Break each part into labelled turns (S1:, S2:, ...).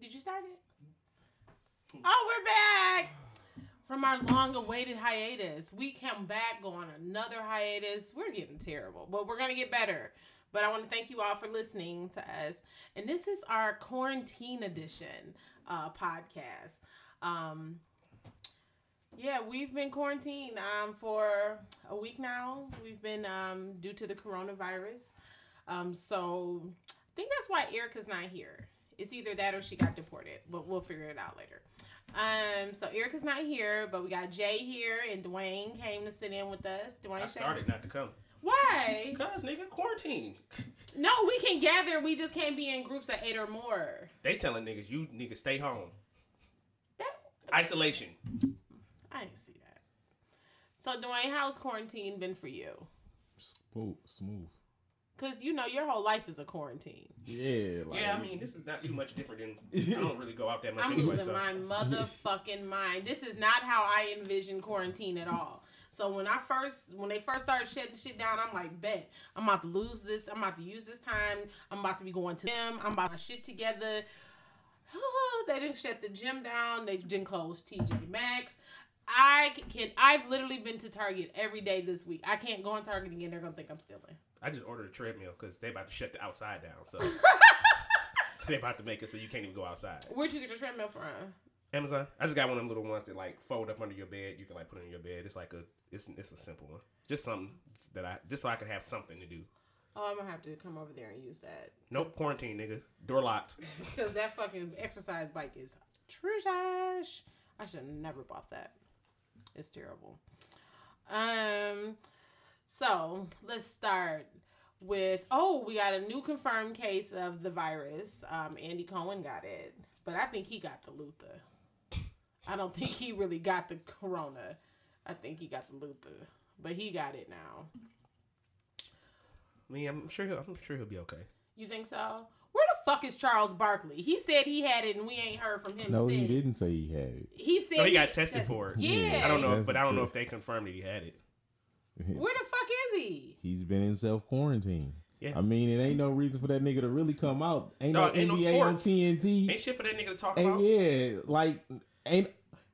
S1: Did you start it? Oh, we're back from our long-awaited hiatus. We come back, go on another hiatus. We're getting terrible, but we're gonna get better. But I want to thank you all for listening to us, and this is our quarantine edition uh, podcast. Um, yeah, we've been quarantined um, for a week now. We've been um, due to the coronavirus, um, so I think that's why Erica's not here. It's either that or she got deported, but we'll figure it out later. Um, so Erica's not here, but we got Jay here and Dwayne came to sit in with us. Dwayne
S2: I
S1: said-
S2: started not to come.
S1: Why?
S2: Because, nigga, quarantine.
S1: No, we can gather. We just can't be in groups of eight or more.
S2: They telling niggas, you niggas stay home.
S1: That
S2: Isolation.
S1: I didn't see that. So Dwayne, how's quarantine been for you?
S3: Smooth, smooth.
S1: Cause you know your whole life is a quarantine.
S3: Yeah, like
S2: Yeah, I mean, this is not too much different than. I don't really go out that much
S1: I'm
S2: anyway,
S1: losing
S2: so.
S1: my motherfucking mind. This is not how I envision quarantine at all. So when I first, when they first started shutting shit down, I'm like, bet I'm about to lose this. I'm about to use this time. I'm about to be going to them. I'm about to shit together. they didn't shut the gym down. They didn't close TJ Maxx. I c- can. I've literally been to Target every day this week. I can't go in Target again. They're gonna think I'm stealing.
S2: I just ordered a treadmill because they about to shut the outside down, so. they about to make it so you can't even go outside.
S1: Where'd you get your treadmill from?
S2: Amazon. I just got one of them little ones that like fold up under your bed. You can like put it in your bed. It's like a it's it's a simple one. Just something that I just so I can have something to do.
S1: Oh, I'm gonna have to come over there and use that
S2: Nope, quarantine, nigga. Door locked.
S1: because that fucking exercise bike is trash. I should have never bought that. It's terrible. Um, so let's start with oh, we got a new confirmed case of the virus. Um, Andy Cohen got it, but I think he got the Luther. I don't think he really got the corona. I think he got the Luther, but he got it now.
S2: I mean, I'm sure he'll, I'm sure he'll be okay.
S1: You think so? Where the fuck is Charles Barkley? He said he had it and we ain't heard from him
S3: no,
S1: since.
S3: he didn't say he had it.
S1: He said
S2: No, Oh, he got tested for it.
S1: Yeah.
S2: I don't know,
S3: That's
S2: but I don't know if
S3: just-
S2: they confirmed that he had it.
S1: Where the fuck is he?
S3: He's been in self quarantine.
S2: Yeah.
S3: I mean, it ain't no reason for that nigga to really come out. Ain't
S2: No,
S3: no,
S2: ain't no
S3: NBA on
S2: sports.
S3: TNT.
S2: Ain't shit for that nigga to talk
S3: And
S2: about.
S3: yeah, like ain't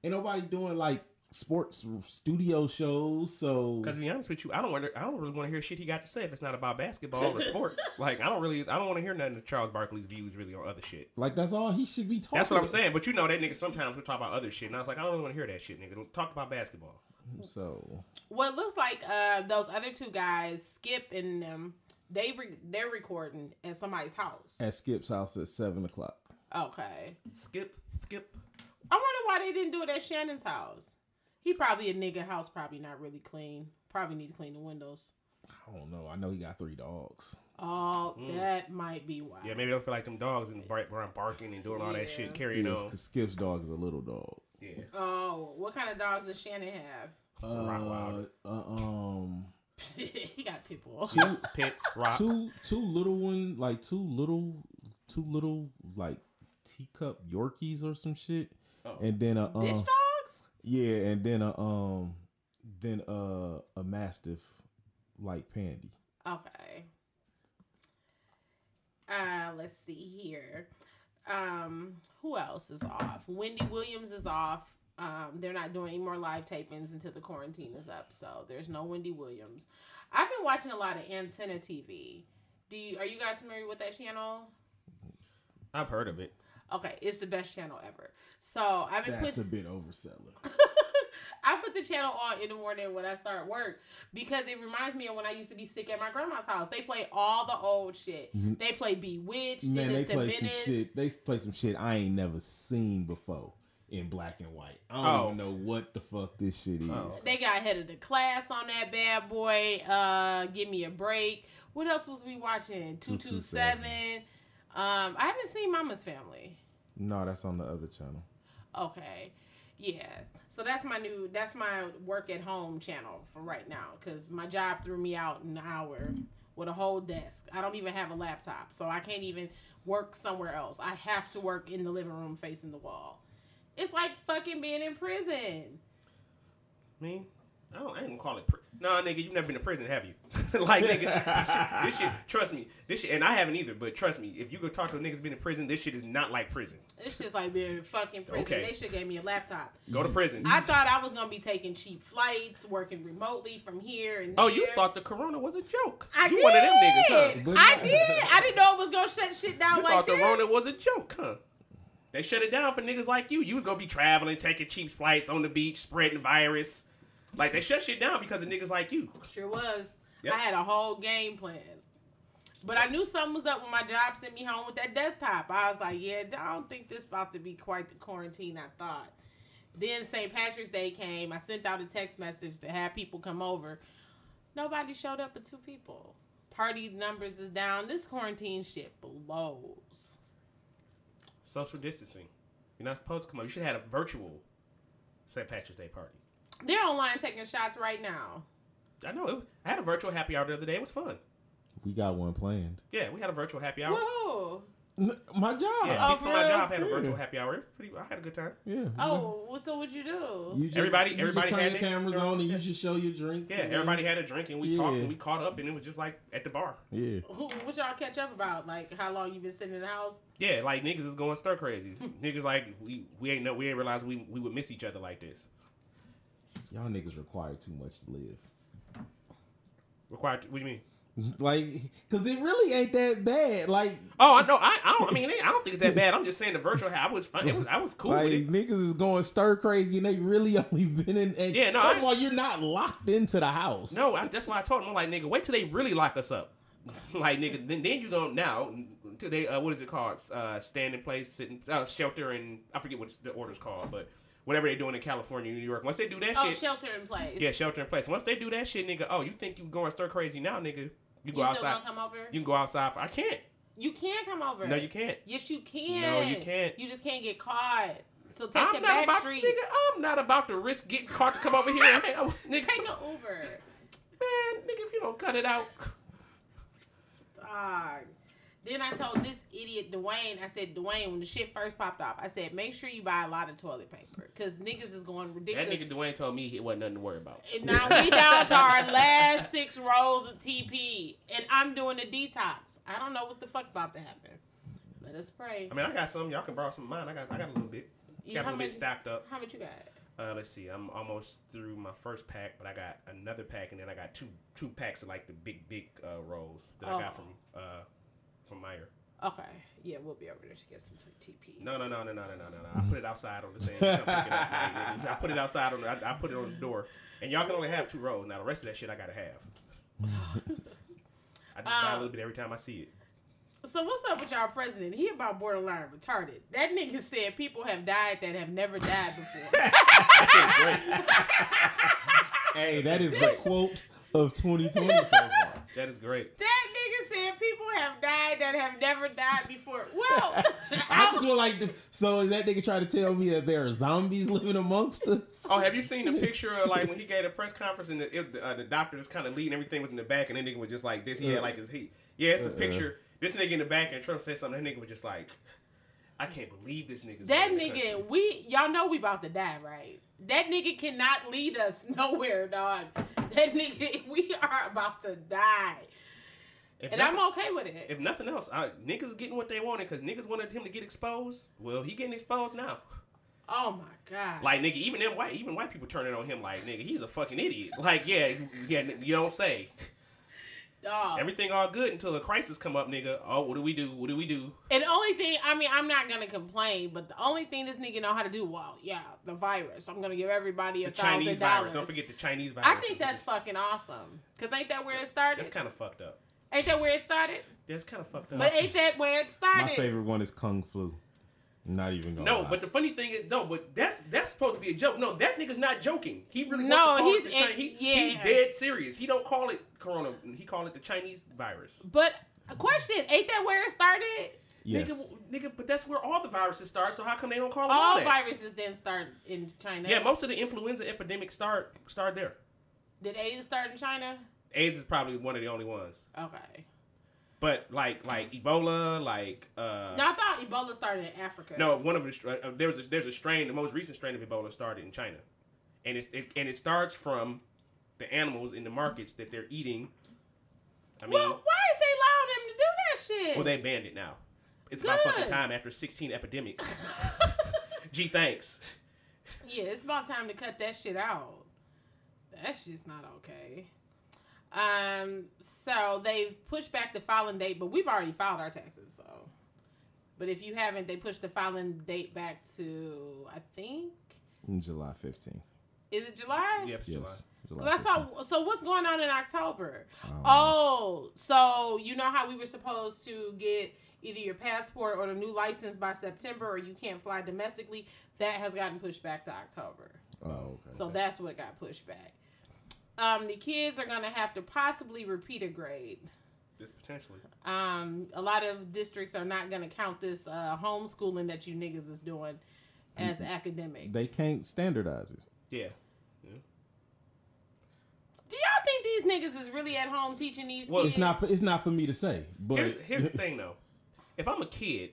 S3: ain't nobody doing like sports studio shows. So
S2: Because to be honest with you, I don't want to, I don't really want to hear shit he got to say if it's not about basketball or sports. like I don't really I don't want to hear nothing of Charles Barkley's views really on other shit.
S3: like that's all he should be talking.
S2: That's what I'm saying. But you know that nigga sometimes we talk about other shit, and I was like, I don't really want to hear that shit, nigga. Don't talk about basketball.
S3: So
S1: Well, it looks like uh, those other two guys, Skip and them, they re- they're recording at somebody's house.
S3: at Skip's house at seven o'clock.
S1: Okay.
S2: Skip, skip.
S1: I wonder why they didn't do it at Shannon's house. He probably a nigga house, probably not really clean. Probably need to clean the windows.
S3: I don't know. I know he got three dogs.
S1: Oh,
S2: Mm.
S1: that might be why.
S2: Yeah, maybe they'll feel like them dogs in the bright brown barking and doing all that
S1: Yeah.
S2: shit, carrying
S3: Yes,
S2: on.
S3: because Skip's dog is a little dog.
S2: Yeah.
S1: Oh, what kind of dogs does Shannon have?
S3: Uh,
S2: Rottweiler.
S3: uh, um,
S1: he got pit bull.
S3: two,
S2: Pits, rocks.
S3: two, two little one, like two little, two little like teacup Yorkies or some shit,
S2: Oh.
S3: and then a
S1: Bitch
S3: um,
S1: dogs?
S3: yeah, and then a um, then a a mastiff like Pandy.
S1: Okay. Uh, let's see here. Um, who else is off? Wendy Williams is off. Um, they're not doing any more live tapings until the quarantine is up, so there's no Wendy Williams. I've been watching a lot of Antenna TV. Do you are you guys familiar with that channel?
S2: I've heard of it.
S1: Okay, it's the best channel ever. So I've been
S3: That's
S1: put,
S3: a bit overselling.
S1: I put the channel on in the morning when I start work because it reminds me of when I used to be sick at my grandma's house. They play all the old shit.
S3: Mhm.
S1: They play Bewitched,
S3: Man, they
S1: Dennis
S3: play
S1: the
S3: some
S1: Menace.
S3: shit. They play some shit I ain't never seen before in black and white. I don't
S2: Oh.
S3: even know what the fuck this shit is.
S2: Oh.
S1: They got head of the class on that bad boy. Uh, give me a break. What else was we watching? Two two
S3: 227.
S1: seven. Um, I haven't seen Mama's Family.
S3: No, that's on the other channel.
S1: Okay, yeah. So that's my new. That's my work at home channel for right now because my job threw me out an hour with a whole desk. I don't even have a laptop, so I can't even work somewhere else. I have to work in the living room facing the wall. It's like fucking being in prison.
S2: I mean, I, don't, I ain't gonna call it. Pri- nah, nigga, you've never been to prison, have you? like, nigga, this shit, this shit, trust me, this shit, and I haven't either. But trust me, if you go talk to a nigga's been in prison, this shit is not like prison.
S1: It's just like being in fucking prison.
S2: Okay.
S1: They should gave me a laptop.
S2: Go to prison.
S1: I thought I was gonna be taking cheap flights, working remotely from here and
S2: oh,
S1: there.
S2: you thought the corona was a joke?
S1: I
S2: you
S1: did.
S2: one of them niggas, huh?
S3: But-
S1: I did. I didn't know it was gonna shut shit down
S2: You
S1: like
S2: thought the
S1: this.
S2: Rona was a joke, huh? They shut it down for niggas like you. You was gonna be traveling, taking cheap flights on the beach, spreading virus. Like they shut shit down because of niggas like you.
S1: Sure was.
S2: Yep.
S1: I had a whole game plan. But I knew something was up when my job sent me home with that desktop. I was like, yeah, I don't think this about to be quite the quarantine I thought. Then St. Patrick's Day came. I sent out a text message to have people come over. Nobody showed up but two people. Party numbers is down. This quarantine shit blows.
S2: Social distancing. You're not supposed to come over. You should have had a virtual St. Patrick's Day party.
S1: They're online taking shots right now.
S2: I know. It, I had a virtual happy hour the other day. It was fun.
S3: We got one planned.
S2: Yeah, we had a virtual happy hour.
S1: Woohoo.
S3: N- My job.
S2: Yeah,
S1: Oh,
S2: people from my
S1: really?
S2: job had a
S3: Yeah.
S2: virtual happy hour. It was Pretty, I had a good time.
S3: Yeah.
S1: Oh, well, so what'd you do?
S3: Mm-hmm. You just,
S2: Everybody-
S3: you
S2: everybody
S3: just turn
S2: had
S3: your
S2: it.
S3: cameras on and you just show your drinks.
S2: Yeah,
S3: and
S2: everybody had a drink and we
S3: Yeah.
S2: talked and we caught up and it was just like at the bar.
S3: Yeah.
S1: Who, what y'all catch up about? Like how long you been sitting in the house?
S2: Yeah, like niggas is going stir crazy. niggas like we, we ain't know we ain't realize we we would miss each other like this.
S3: Y'all niggas require too much to live.
S2: Required? What do you mean?
S3: Like, cause it really ain't that bad. Like,
S2: Oh, I know. I, I don't. I mean, I don't think it's that bad. I'm just saying the virtual. I was fun. It was, I was cool
S3: like
S2: with it.
S3: niggas is going stir crazy and they really only been in. And
S2: Yeah, no,
S3: First
S2: I-
S3: of all, you're not locked into the house.
S2: No, I, that's why I told him. I'm like, nigga, wait till they really lock us up. like, nigga, then, then you go now until they uh, what is it called? Uh, stand in place, sit in, uh, shelter, and I forget what the order's called, but whatever they're doing in California, New York. Once they do that
S1: Oh,
S2: shit,
S1: shelter in place.
S2: yeah, shelter in place. Once they do that shit, nigga, oh, you think you going stir crazy now, nigga? You
S1: You
S2: go
S1: still
S2: outside.
S1: gonna come over?
S2: You can go outside. For, I can't.
S1: You can come over.
S2: No, you can't.
S1: Yes, you can.
S2: No, you can't.
S1: You just can't get caught. So take the
S2: I'm not
S1: back
S2: about,
S1: streets.
S2: nigga. I'm not about to risk getting caught to come over here. And hang out with- nigga,
S1: Take an Uber.
S2: man, nigga, if you don't cut it out,
S1: Dog. Then I told this idiot Dwayne, I said, Dwayne, when the shit first popped off, I said, make sure you buy a lot of toilet paper because niggas is going
S2: that
S1: ridiculous.
S2: nigga Dwayne told me it wasn't nothing to worry about.
S1: And now we down to our last six rolls of TP, and I'm doing a detox. I don't know what the fuck about to happen. Let us pray.
S2: I mean, I got some. Y'all can borrow some of mine. I got, I got a little bit.
S1: You-
S2: got a
S1: how,
S2: little
S1: many,
S2: bit stocked up.
S1: how much you got?
S2: Uh, let's see. I'm almost through my first pack, but I got another pack, and then I got two two packs of like the big big uh, rolls that I
S1: Oh.
S2: got from uh from Meyer.
S1: Okay, yeah, we'll be over there to get some TP.
S2: No, no, no, no, no, no, no, no, no. I put it outside on the thing. Come pick it up, man. I put it outside on. The, I, I put it on the door, and y'all can only have two rolls. Now the rest of that shit I gotta have. I just buy a
S1: Um,
S2: little bit every time I see it.
S1: So what's up with y'all president? He about borderline retarded. That nigga said people have died that have never died before.
S2: That shit's great.
S3: Hey, that is the quote of 2020 so far.
S2: That is great.
S1: that nigga said people have died that have never died before. Well,
S3: I just feel like, so is that nigga trying to tell me that there are zombies living amongst us?
S2: Oh, have you seen the picture of like when he gave a press conference and the, it, uh, the doctor was kind of leading everything was in the back and that nigga was just like this. He
S3: Yeah.
S2: had like his heat. Yeah, it's a
S3: Uh-uh.
S2: picture. This nigga in the back and Trump said something. That nigga was just like, I can't believe this nigga's
S1: That
S2: running the country."
S1: nigga, we y'all know we about to die, right? That nigga cannot lead us nowhere, dog. That nigga, we are about to die,
S2: If
S1: and
S2: nothing-
S1: I'm okay with it.
S2: If nothing else, I, niggas getting what they wanted because niggas wanted him to get exposed. Well, he getting exposed now.
S1: oh my god!
S2: Like nigga, even them white, even white people turning on him. Like nigga, he's a fucking idiot. Like yeah, yeah, you don't say.
S1: dog.
S2: Everything all good until a crisis come up, nigga. Oh, what do we do? What do we do?
S1: and the only thing, I mean, I'm not gonna complain, but the only thing this nigga know how to do, well, yeah, the virus. I'm gonna give everybody a
S2: The
S1: thousand
S2: Chinese virus.
S1: dollars.
S2: Don't forget the Chinese virus.
S1: I think that's fucking awesome. Cause ain't that where it started?
S2: that's kind of fucked up.
S1: ain't that where it started?
S2: That's kind of fucked up.
S1: But ain't that where it started?
S3: My favorite one is Kung Flu. Not even going
S2: no, but the funny thing is, no, but that's that's supposed to be a joke. No, that nigga's not joking. He really
S1: No,
S2: wants to call
S1: he's
S2: it the
S1: in-
S2: Chi- he,
S1: yeah.
S2: he's dead serious. He don't call it corona. He call it the Chinese virus.
S1: But a question, ain't that where it started?
S3: yes.
S2: Nigga, nigga, but that's where all the viruses start. So how come they don't call it all
S1: All
S2: that?
S1: viruses then start in China.
S2: yeah, most of the influenza epidemics start start there.
S1: Did AIDS start in China?
S2: AIDS is probably one of the only ones.
S1: Okay.
S2: But like like Ebola, like uh
S1: No, I thought Ebola started in Africa.
S2: No, one of uh, the str- uh, there's a, there's a strain. The most recent strain of Ebola started in China, and it's it, and it starts from the animals in the markets that they're eating. I mean,
S1: well, why is they allowing them to do that shit?
S2: well, they banned it now. It's about fucking
S1: Good.
S2: time after 16 epidemics. Gee, thanks.
S1: yeah, it's about time to cut that shit out. That shit's not okay. Um, so they've pushed back the filing date, but we've already filed our taxes, so. But if you haven't, they pushed the filing date back to I think
S3: In July fifteenth.
S1: is it July?
S2: Yep, it's
S3: Yes. July
S1: That's
S3: 15th.
S1: how. So what's going on in October?
S3: I don't know.
S1: Oh, so you know how we were supposed to get either your passport or the new license by September, or you can't fly domestically. That has gotten pushed back to October.
S3: Oh, okay.
S1: So that's what got pushed back. Um, the kids are gonna have to possibly repeat a grade.
S2: This potentially.
S1: Um, a lot of districts are not gonna count this uh, homeschooling that you niggas is doing as academics.
S3: They can't standardize it.
S2: Yeah.
S1: Do y'all think these niggas is really at home teaching these?
S2: Well,
S1: kids?
S3: It's not. For, it's not for me to say. But
S2: Here's, here's the thing though. If I'm a kid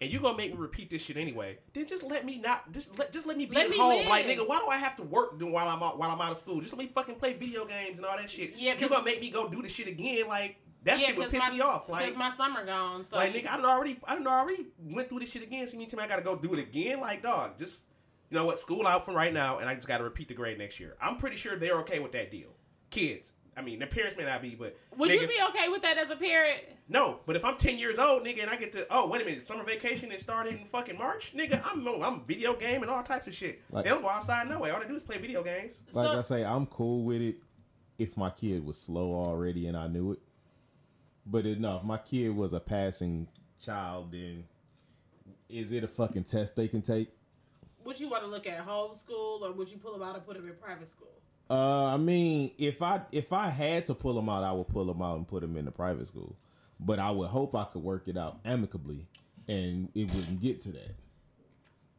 S2: and you're gonna make me repeat this shit anyway, then just let me not just let just let me be
S1: Let
S2: at
S1: me
S2: home.
S1: live.
S2: Like nigga, why do I have to work then while I'm out while I'm out of school? Just let me fucking play video games and all that shit.
S1: Yeah,
S2: you're
S1: 'cause-
S2: gonna make me go do the shit again, like that shit would piss
S1: my,
S2: me off. Like
S1: because my summer gone. So
S2: like nigga, I done already I done already went through this shit again, so anytime I gotta go do it again, like dog, just you know what, school out from right now and I just gotta repeat the grade next year. I'm pretty sure they're okay with that deal. Kids. I mean their parents may not be, but
S1: would
S2: nigga-
S1: you be okay with that as a parent?
S2: no, but if I'm 10 years old, nigga, and I get to, oh, wait a minute, summer vacation and started in fucking March, nigga, I'm I'm video game and all types of shit.
S3: Like-
S2: they don't go outside no way. All they do is play video games.
S3: like
S1: so
S3: I say, I'm cool with it if my kid was slow already and I knew it. But enough, my kid was a passing child. Then is it a fucking test they can take?
S1: would you want to look at homeschool or would you pull them out and put them in private school?
S3: Uh, I mean, if I if I had to pull them out, I would pull them out and put them in the private school. But I would hope I could work it out amicably, and it wouldn't get to that.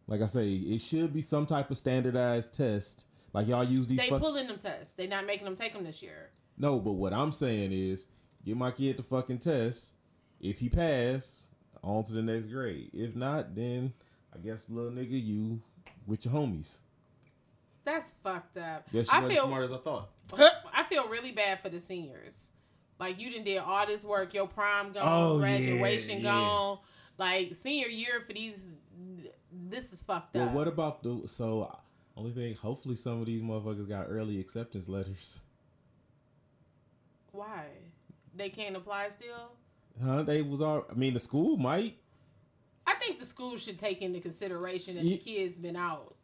S3: Like I say, it should be some type of standardized test. Like y'all use these.
S1: They
S3: fuck-
S1: pulling them tests. They not making them take them this year.
S3: No, but what I'm saying is, give my kid the fucking test. If he pass, on to the next grade. If not, then I guess little nigga, you with your homies.
S1: That's fucked up.
S3: Guess you
S1: I
S3: weren't
S1: feel
S3: as smart as I thought.
S1: I feel really bad for the seniors. Like you didn't did all this work, your prime gone,
S3: Oh, yeah,
S1: graduation
S3: yeah.
S1: gone. Like senior year for these, this is fucked
S3: Well,
S1: up.
S3: what about the so? Only thing, hopefully, some of these motherfuckers got early acceptance letters.
S1: Why they can't apply still?
S3: Huh? They was all. I mean, the school might.
S1: I think the school should take into consideration that the
S3: Ye-
S1: kid's been out.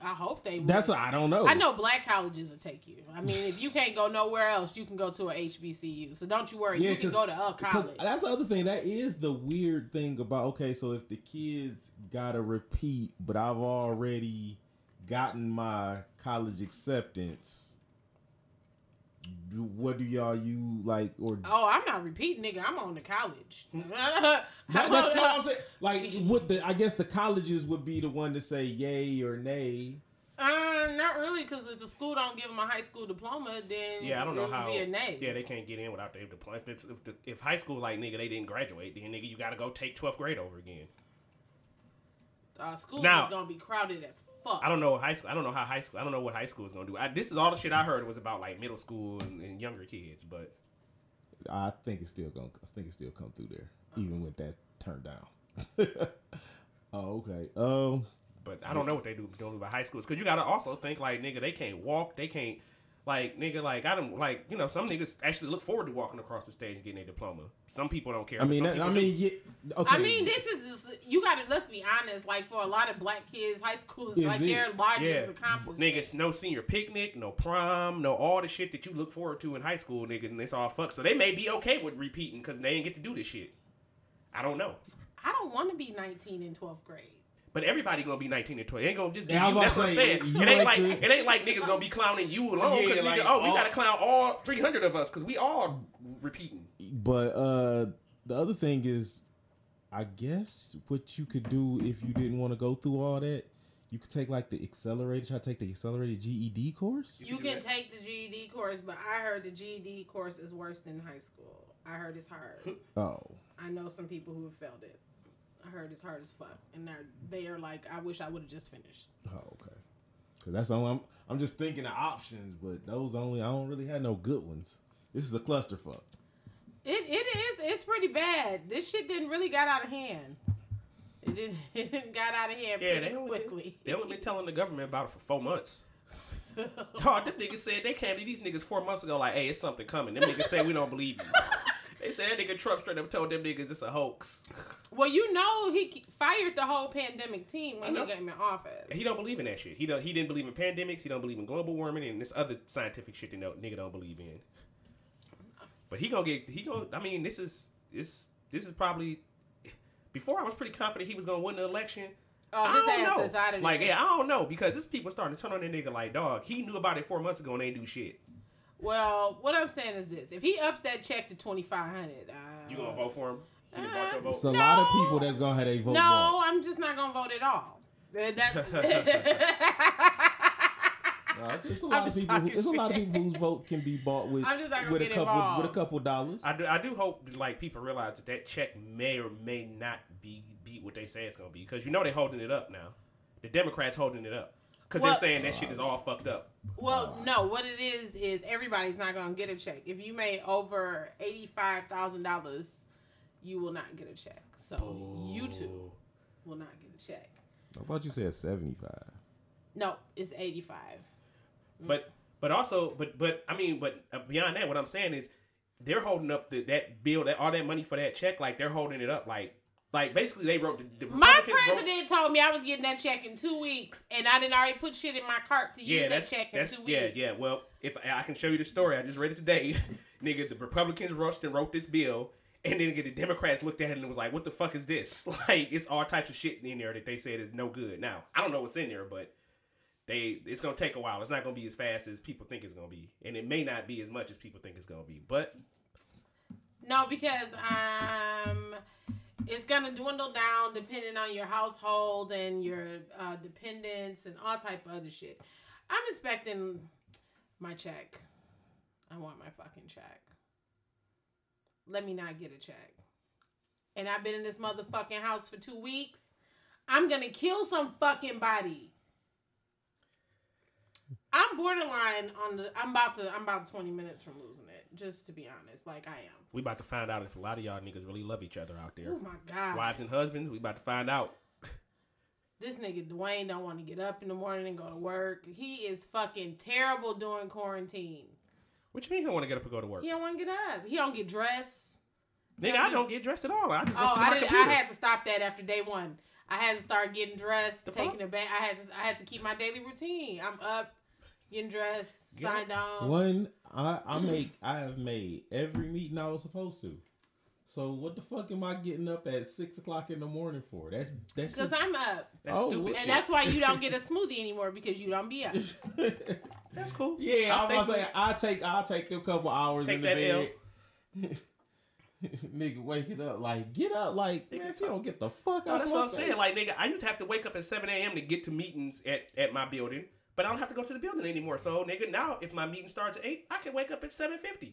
S1: I hope they.
S3: That's
S1: would.
S3: what I don't know.
S1: I know black colleges will take you. I mean, if you can't go nowhere else, you can go to a HBCU. So don't you worry,
S3: Yeah,
S1: you can
S3: 'cause-
S1: go to a
S3: Because
S1: college.
S3: that's the other thing. That is the weird thing about okay, so if the kids gotta repeat, but I've already gotten my college acceptance, do, what do y'all you like or
S1: Oh, I'm not repeating, nigga. I'm on to college. That-
S3: That- that's not what
S1: uh,
S3: I'm saying. Like what the I guess the colleges would be the one to say yay or nay.
S1: Uh, not really, because if the school don't give them a high school diploma, then
S2: Yeah, I don't know
S1: it would
S2: how.
S1: Be a nay.
S2: Yeah, they can't get in without their diploma. If, it's, if, the, if high school, like, nigga, they didn't graduate, then, nigga, you gotta go take 12th grade over again.
S1: uh, school
S2: Now-
S1: is gonna be crowded as fuck.
S2: I don't know high school. I don't know how high school. I don't know what high school is gonna do. I, this is all the shit I heard was about, like, middle school and, and younger kids, but
S3: I think it's still going. to I think it still come through there,
S1: Mm-hmm.
S3: even with that turned down. oh okay. Um.
S2: But I don't know what they do don't do about high schools because you gotta also think like nigga they can't walk they can't like nigga like I don't like you know some niggas actually look forward to walking across the stage and getting a diploma. Some people don't care.
S3: I
S2: but
S3: mean.
S2: some
S3: That,
S2: people
S3: I
S2: do.
S3: mean. Yeah. Okay.
S1: I mean, this is this, you got to let's be honest. Like for a lot of black kids, high school is,
S3: Is
S1: like
S3: it?
S1: their largest
S2: Yeah.
S1: accomplishment.
S2: niggas no senior picnic no prom no all the shit that you look forward to in high school nigga and it's all fuck so they may be okay with repeating because they didn't get to do this shit. I don't know.
S1: I don't want to be 19 in 12th grade.
S2: But everybody gonna be nineteen to twenty. Ain't gonna just be
S3: Yeah, I
S2: you.
S3: was
S2: That's what I'm
S3: about to say,
S2: saying.
S3: you
S2: It ain't
S3: ain't
S2: like
S3: the-
S2: it ain't like niggas gonna be clowning you alone
S3: Yeah,
S2: because nigga,
S3: like,
S2: oh, you
S3: all-
S2: gotta clown all three hundred of us because we all repeating.
S3: But uh, the other thing is, I guess what you could do if you didn't want to go through all that, you could take like the accelerated. Try to take the accelerated GED course.
S1: You
S2: do
S1: can
S2: that.
S1: take the GED course, but I heard the GED course is worse than high school. I heard it's
S2: Hmm.
S1: hard.
S3: Oh.
S1: I know some people who have failed it. I heard it's hard as fuck, and they're they are like, I wish I would have just finished.
S3: Oh okay. 'Cause Cause that's the only I'm, I'm just thinking of options, but those only I don't really have no good ones. This is a clusterfuck.
S1: It it is it's pretty bad. This shit didn't really got out of hand. It didn't it didn't got out of hand
S2: Yeah,
S1: pretty
S2: they only,
S1: quickly.
S2: they only been telling the government about it for four months. Dog, them niggas said they came to these niggas four months ago, like, hey, it's something coming. Them niggas said we don't believe you. They said that nigga Trump straight up told them niggas it's a hoax.
S1: well, you know he k- fired the whole pandemic team
S2: I
S1: when he
S2: know.
S1: came in office.
S2: He don't believe in that shit. He don't. He didn't believe in pandemics. He don't believe in global warming and this other scientific shit that no, nigga don't believe in. But he gonna get. He gonna. I mean, this is this. This is probably. Before I was pretty confident he was gonna win the election.
S1: Oh, his
S2: I
S1: ass
S2: don't
S1: is
S2: know.
S1: out of
S2: like,
S1: there.
S2: yeah, I don't know because this people starting to turn on that nigga like, dog. He knew about it four months ago and ain't do shit.
S1: Well, what I'm saying is this: if he ups that check to twenty five hundred, uh,
S2: You gonna vote for him? You didn't
S1: Ah.
S2: want your vote.
S3: It's a lot of
S1: No.
S3: people that's gonna have their vote.
S1: No,
S3: bought.
S1: I'm just not gonna vote at all. Uh, that's-
S3: No, it's, it's a
S1: I'm
S3: lot of
S1: just
S3: people. Who,
S1: talking
S3: it's a lot of
S1: shit.
S3: people whose vote can be bought with
S1: I'm just not gonna
S3: with a
S1: get
S3: couple
S1: involved.
S3: with a couple dollars.
S2: I do. I do hope like people realize that that check may or may not be beat what they say it's gonna be because you know they're holding it up now. The Democrats holding it up because
S1: Well-
S2: they're saying that shit is all fucked up.
S1: well, no, what it is is everybody's not gonna get a check. If you made over eighty five thousand dollars, you will not get a check. So Oh, you two will not get a check.
S3: I thought you said seventy five.
S1: No, it's eighty five.
S2: Mm. But but also but but I mean but uh, beyond that, what I'm saying is they're holding up the, that bill that all that money for that check like they're holding it up like like basically they wrote the, the
S1: My
S2: Republicans wrote-
S1: president told me I was getting that check in two weeks, and I didn't already put shit in my cart to use
S2: Yeah,
S1: that
S2: that's
S1: check in
S2: that's
S1: two
S2: yeah
S1: weeks.
S2: yeah. Well, if I I can show you the story, I just read it today. Nigga, the Republicans rushed and wrote this bill, and then nigga, the Democrats looked at it and was like, "What the fuck is this? Like, it's all types of shit in there that they said is no good." Now, I don't know what's in there, but they it's gonna take a while. It's not gonna be as fast as people think it's gonna be, and it may not be as much as people think it's gonna be. But
S1: No, because um, it's gonna dwindle down depending on your household and your uh, dependents and all type of other shit. I'm expecting my check. I want my fucking check. Let me not get a check. And I've been in this motherfucking house for two weeks. I'm gonna kill some fucking body. I'm borderline on the. I'm about to. I'm about 20 minutes from losing it. Just to be honest, like I am.
S2: we about to find out if a lot of y'all niggas really love each other out there,
S1: Oh my god.
S2: wives and husbands. We about to find out.
S1: This nigga Dwayne don't want to get up in the morning and go to work. He is fucking terrible during quarantine.
S2: What you mean he don't want to get up and go to work?
S1: He don't want to get up. He don't get dressed.
S2: Nigga, I don't get dressed at all. I just go
S1: Oh,
S2: sit at my
S1: I did, I
S2: computer.
S1: had to stop that after day one. I had to start getting dressed,
S2: The
S1: taking
S2: fuck?
S1: a bath. I had to I had to keep my daily routine. I'm up, getting dressed,
S2: Get up.
S1: signed on.
S3: One, I I make I have made every meeting I was supposed to. So what the fuck am I getting up at six o'clock in the morning for? That's that's
S1: Cause I'm up,
S2: That's
S3: Oh,
S2: stupid.
S3: and
S2: shit.
S1: and that's why you don't get a smoothie anymore because you don't be up.
S2: That's cool.
S3: yeah.
S2: I'll
S3: I was
S2: stay
S3: saying I take I take them couple hours
S2: Take
S3: in the
S2: that
S3: bed. Nigga, wake it up! Like get up! Like man, if you don't get the fuck
S2: No,
S3: out.
S2: that's
S3: my
S2: what I'm
S3: face.
S2: saying. Like, nigga, I used to have to wake up at 7 a.m. to get to meetings at, at my building, but I don't have to go to the building anymore. So, nigga, now if my meeting starts at 8, I can wake up at 7.50.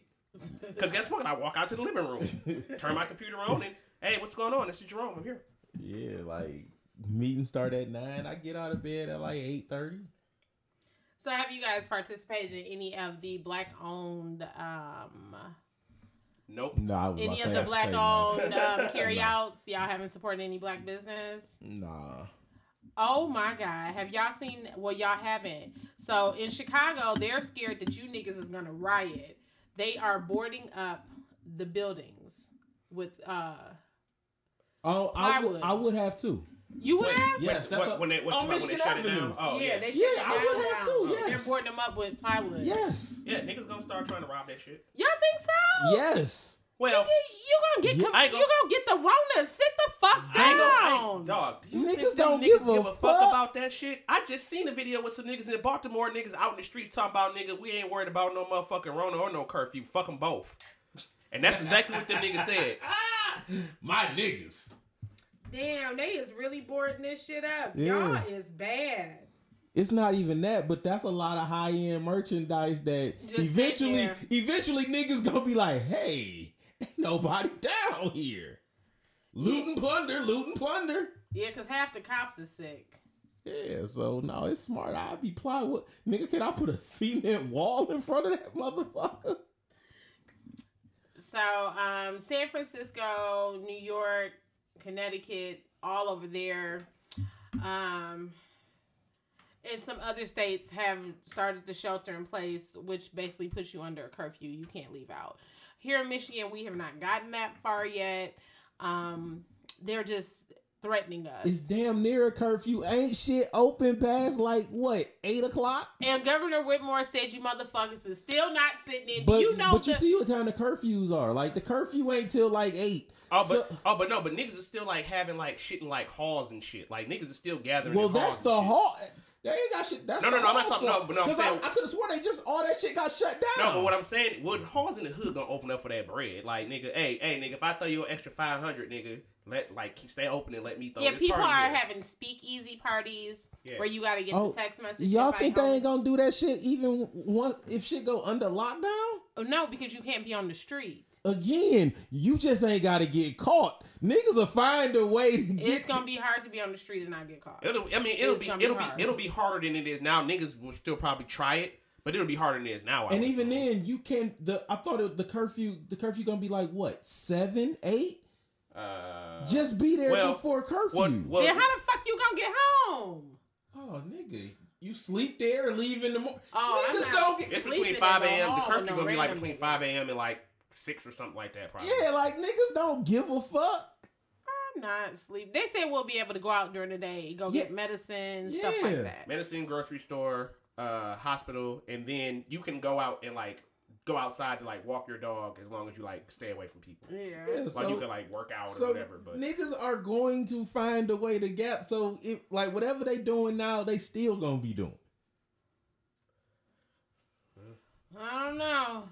S2: Because guess what? I walk out to the living room, turn my computer on, and, hey, what's going on? This is Jerome. I'm here.
S3: yeah, like meeting start at nine. I get out of bed at like eight thirty.
S1: So have you guys participated in any of the black owned um
S2: Nope.
S3: No, I was
S1: any
S3: about
S1: of
S3: to
S1: the
S3: say,
S1: black
S3: I
S1: owned um, carryouts? Y'all haven't supported any black business?
S3: say no. Nah.
S1: Oh my God. Have y'all seen? Well, y'all haven't. So in Chicago, they're scared that you niggas is going to riot. They are boarding up the buildings with, uh,
S3: Oh, I
S1: Plywood.
S3: would. I would have too.
S1: you would
S2: Wait,
S1: have?
S2: wait,
S3: Yes, that's
S2: what-
S3: a-
S2: when they, what,
S3: on
S2: when they
S3: Michigan
S2: shut it
S3: Avenue.
S2: down. Oh,
S1: yeah,
S2: yeah.
S1: they
S3: Yeah,
S1: shut it
S3: I would
S1: down.
S3: have too,
S1: They're
S3: yes.
S1: boarding them up with plywood.
S3: Yes.
S2: Yeah, niggas gonna start trying to rob that shit.
S1: Y'all think so?
S3: Yes.
S2: Well,
S1: Nigga, you gonna get
S3: Yeah.
S1: com-
S2: I
S1: you
S2: ain't
S1: gonna get the Rona? Sit the fuck
S2: I ain't gonna- I
S1: down.
S2: ain't- dog. do you
S3: Niggas
S2: think them
S3: don't
S2: niggas
S3: give a fuck.
S2: about that shit. I just seen a video with some niggas in Baltimore niggas out in the streets talking about nigga, we ain't worried about no motherfucking Rona or no curfew. Fuck them both. And that's exactly what them niggas said.
S3: Ah! My niggas.
S1: Damn, they is really boarding this shit up.
S3: Yeah.
S1: Y'all is bad.
S3: It's not even that, but that's a lot of high end merchandise that
S1: Just
S3: eventually,
S1: sit
S3: eventually niggas gonna be like, hey, ain't nobody down here. Loot and plunder, loot and plunder.
S1: Yeah, cause half the cops is sick.
S3: Yeah, so no, it's smart. I'd be plywood. Nigga, can I put a cement wall in front of that motherfucker?
S1: So, um, San Francisco, New York, Connecticut, all over there. Um, and some other states have started to shelter in place, which basically puts you under a curfew. You can't leave out. Here in Michigan, we have not gotten that far yet. Um, they're just threatening us.
S3: It's damn near a curfew. Ain't shit open past like what, eight o'clock?
S1: and Governor Whitmore said, "You motherfuckers is still not sitting in."
S3: But
S1: you know,
S3: but
S1: the,
S3: you see what time the curfews are. Like the curfew ain't till like eight.
S2: Oh, but
S3: So-
S2: oh, but no, but niggas is still like having like shit in like halls and shit. Like niggas is still gathering.
S3: well,
S2: in
S3: that's
S2: halls
S3: the
S2: and shit.
S3: hall. They ain't got shit. That's
S2: No, no,
S3: the
S2: no, I'm not
S3: halls
S2: talking-
S3: for-
S2: no, but no, I'm
S3: 'cause
S2: saying-
S3: I, I could have sworn they just all that shit got shut down.
S2: No, but what I'm saying, what halls in the hood gonna open up for that bread? Like nigga, hey, hey, nigga, if I throw you an extra five hundred, nigga, let like stay open and let me throw.
S1: yeah,
S2: this
S1: people
S2: party
S1: are
S2: here.
S1: having speakeasy parties
S2: Yeah.
S1: where you got to get
S3: Oh,
S1: the text message.
S3: Y'all
S1: invite
S3: think they
S1: home.
S3: ain't gonna do that shit even once if shit go under lockdown?
S1: Oh, no, because you can't be on the street.
S3: Again, you just ain't gotta get caught. Niggas will find a way to get.
S1: It's gonna be hard to be on the street and not get caught.
S2: It'll, I mean, it'll
S1: It's
S2: be,
S1: gonna be
S2: it'll be,
S1: hard.
S2: it'll be harder than it is now. Niggas will still probably try it, but it'll be harder than it is now. I
S3: and
S2: would
S3: even
S2: say.
S3: then, you can. The I thought it, the curfew, the curfew gonna be like what seven, eight.
S2: uh,
S3: Just be there
S2: well,
S3: before curfew.
S2: well, well,
S1: then how the fuck you gonna get home?
S3: oh nigga, you sleep there and leave in the morning.
S1: Oh, I'm
S3: Niggas
S1: not
S3: don't get.
S2: it's
S1: sleeping
S2: between
S1: in
S2: five
S1: the
S2: a.m. The
S1: hall with
S2: curfew
S1: no
S2: gonna be like
S1: random
S2: between
S1: niggas.
S2: five a.m. and like six or something like that. Probably.
S3: Yeah, like niggas don't give a fuck.
S1: I'm not sleep. They said we'll be able to go out during the day, go
S3: Yeah.
S1: get medicine, stuff
S3: Yeah.
S1: like that.
S2: medicine, grocery store, uh, hospital, and then you can go out and like go outside to like walk your dog as long as you like stay away from people.
S1: Yeah.
S3: Yeah,
S2: like you
S3: so-
S2: can like work out
S3: so
S2: or whatever. But
S3: niggas are going to find a way to gap. So if like whatever they doing now, they still gonna be doing.
S1: I don't know.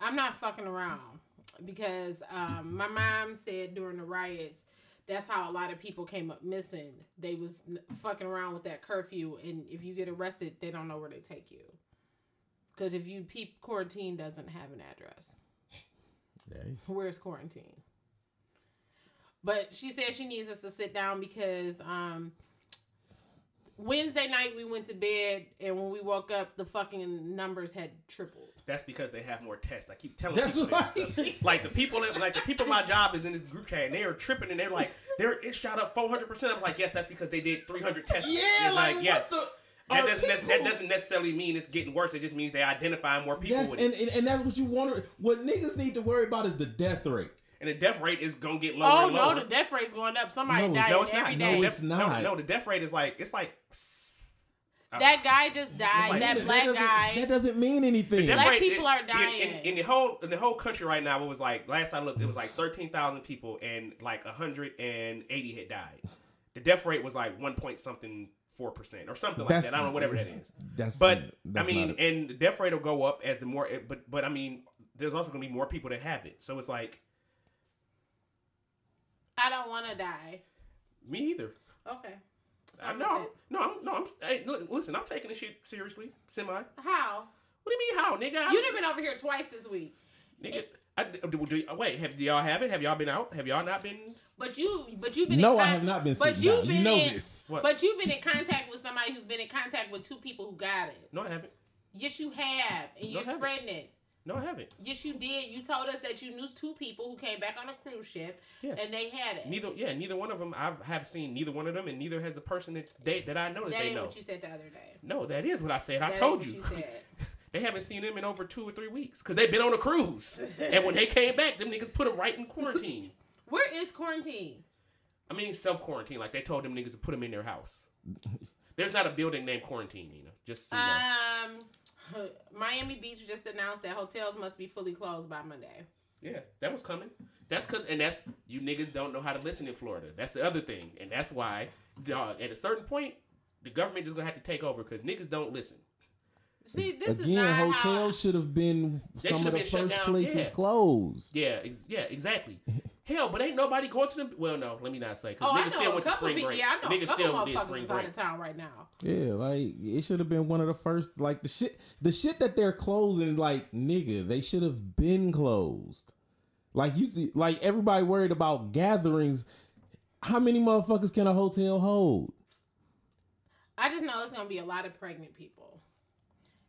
S1: I'm not fucking around because um, my mom said during the riots, that's how a lot of people came up missing. They was n- fucking around with that curfew, and if you get arrested, they don't know where they take you. Because if you peep, quarantine doesn't have an address. Where's quarantine? But she said she needs us to sit down because um Wednesday night we went to bed and when we woke up the fucking numbers had tripled.
S2: that's because they have more tests. I keep telling
S3: That's
S2: people this
S3: right.
S2: stuff. Like the people that like the people my job is in this group chat and they are tripping and they're like they're it shot up four hundred percent. I was like, yes, that's because they did three hundred tests.
S3: Yeah,
S2: It's
S3: like, what the
S2: That
S3: are
S2: doesn't, nec- that
S3: people-
S2: doesn't necessarily mean it's getting worse. It just means they identify more people
S3: That's
S2: with
S3: and,
S2: it.
S3: and, and that's what you want. What niggas need to worry about is the death rate.
S2: And the death rate is gonna get lower
S1: Oh
S2: and lower.
S1: no, the death rate's going up. Somebody
S3: No,
S1: died
S2: No, it's
S1: every
S2: not.
S1: day.
S2: No,
S3: No,
S2: it's
S3: it's
S2: not.
S3: not.
S2: No, the death rate is like it's like s-
S1: that guy just died.
S2: like-
S1: that
S3: Nigga,
S1: black
S3: doesn't-
S1: guy.
S3: That doesn't mean anything.
S2: death
S1: Black
S2: rate-
S1: people
S2: in-
S1: are
S2: in- In,
S1: dying.
S2: in the whole in the whole country right now, it was like last I looked, it was like thirteen thousand people, and like hundred and eighty had died. The death rate was like one point something four percent or something like that. I don't know whatever that is.
S3: That's
S2: But I
S3: that's
S2: mean,
S3: not a-
S2: and the death rate will go up as the more. But but I mean, there's also gonna be more people that have it. So it's like
S1: I don't want to die.
S2: me either.
S1: Okay. So
S2: I
S1: I'm
S2: know.
S1: just-
S2: No, I'm no. I'm. Hey, look, listen, I'm taking this shit seriously. Semi. What
S1: How?
S2: do you mean how, nigga? I-
S1: You done been over here twice this week.
S2: Nigga, I, do, do, wait, have do y'all have it? Have y'all been out? Have y'all not been?
S1: But you but you've been
S3: no,
S1: in
S3: I
S1: con-
S3: have not been
S1: But
S3: sitting
S1: you've
S3: down.
S1: been
S3: you know
S1: in-
S3: this.
S2: What?
S1: But you've been in contact with somebody who's been in contact with two people who got it.
S2: no, I haven't.
S1: Yes, you have, and
S2: No,
S1: you're
S2: I haven't.
S1: spreading it.
S2: No, I haven't.
S1: Yes, you did. You told us that you knew two people who came back on a cruise ship,
S2: Yeah.
S1: and they had it.
S2: Neither, yeah, neither one of them. I have seen neither one of them, and neither has the person that they that I know that,
S1: that
S2: they
S1: ain't
S2: know.
S1: what you said the other day.
S2: No, that is what I said. I
S1: That
S2: told
S1: ain't
S2: you.
S1: what you said.
S2: they haven't seen them in over two or three weeks because they've been on a cruise, and when they came back, them niggas put them right in quarantine.
S1: Where is quarantine?
S2: I mean, self quarantine. Like they told them niggas to put them in their house. There's not a building named quarantine, you know. Just so you know.
S1: Um, Miami Beach just announced that hotels must be fully closed by Monday.
S2: Yeah, that was coming. That's because, and that's you niggas don't know how to listen in Florida. That's the other thing, and that's why dog, at a certain point, the government just gonna have to take over because niggas don't listen.
S1: See, this is
S3: Again,
S1: not
S3: hotels
S1: How,
S3: should have been
S2: They
S3: some
S2: should have
S3: of the
S2: been shut
S3: first
S2: down,
S3: places
S2: yeah.
S3: closed.
S2: Yeah, ex- yeah, exactly. Hell, but ain't nobody going to the. Well, no, let me not say because
S1: oh, I
S2: niggas
S1: know
S2: still
S1: a
S2: went to
S1: couple
S2: spring
S1: people.
S2: break.
S1: Yeah, I know a
S2: niggas
S1: couple
S2: still did
S1: motherfuckers
S2: spring
S1: is out
S2: break.
S1: of town right now.
S3: Yeah, like it should have been one of the first, like the shit, the shit that they're closing. Like nigga, they should have been closed. Like you, see- like everybody worried about gatherings. How many motherfuckers can a hotel hold?
S1: know it's gonna be a lot of pregnant people.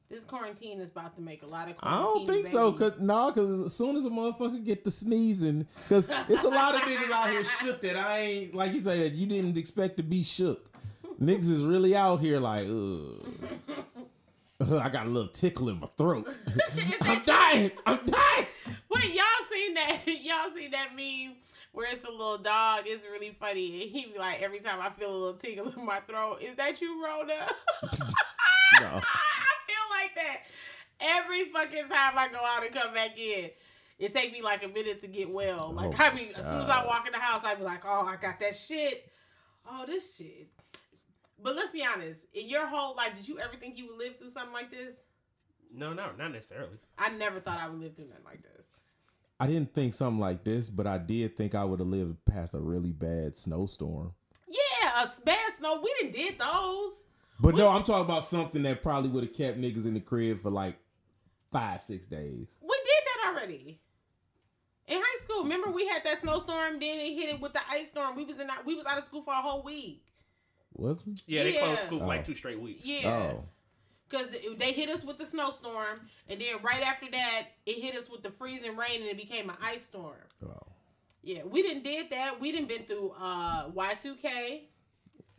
S1: This quarantine is about to make a lot of.
S3: I don't
S1: quarantine
S3: think so,
S1: babies.
S3: cause no, cause as soon as a motherfucker get to sneezing, cause it's a lot of niggas out here shook that I ain't like you said you didn't expect to be shook. Niggas is really out here like, ugh. I got a little tickle in my throat. I'm dying. I'm dying.
S1: Wait, y'all seen that? Y'all seen that meme where it's the little dog? It's really funny, and he be like, every time I feel a little tingle in my throat, is that you, Rhoda?
S3: No.
S1: I feel like that every fucking time I go out and come back in. It take me like a minute to get well. Like
S3: Oh,
S1: I mean, as soon as I
S3: God.
S1: walk in the house, I be like, oh, I got that shit. Oh, this shit. But let's be honest. In your whole life, did you ever think you would live through something like this?
S2: No, no, not necessarily.
S1: I never thought I would live through nothing like this.
S3: I didn't think something like this, but I did think I would have lived past a really bad snowstorm.
S1: Yeah, a s- bad snow. We didn't did those.
S3: But no, I'm talking about something that probably would have kept niggas in the crib for like five, six days.
S1: We did that already. In high school, remember we had that snowstorm. Then it hit it with the ice storm. We was in we was out of school for a whole week.
S3: Was we?
S2: Yeah, they closed
S1: Yeah.
S2: school for like
S3: Oh.
S2: two straight weeks.
S1: Yeah,
S3: Oh.
S1: because they hit us with the snowstorm, and then right after that, it hit us with the freezing rain, and it became an ice storm.
S3: oh.
S1: Yeah, we didn't did that. We didn't been through uh Y two K.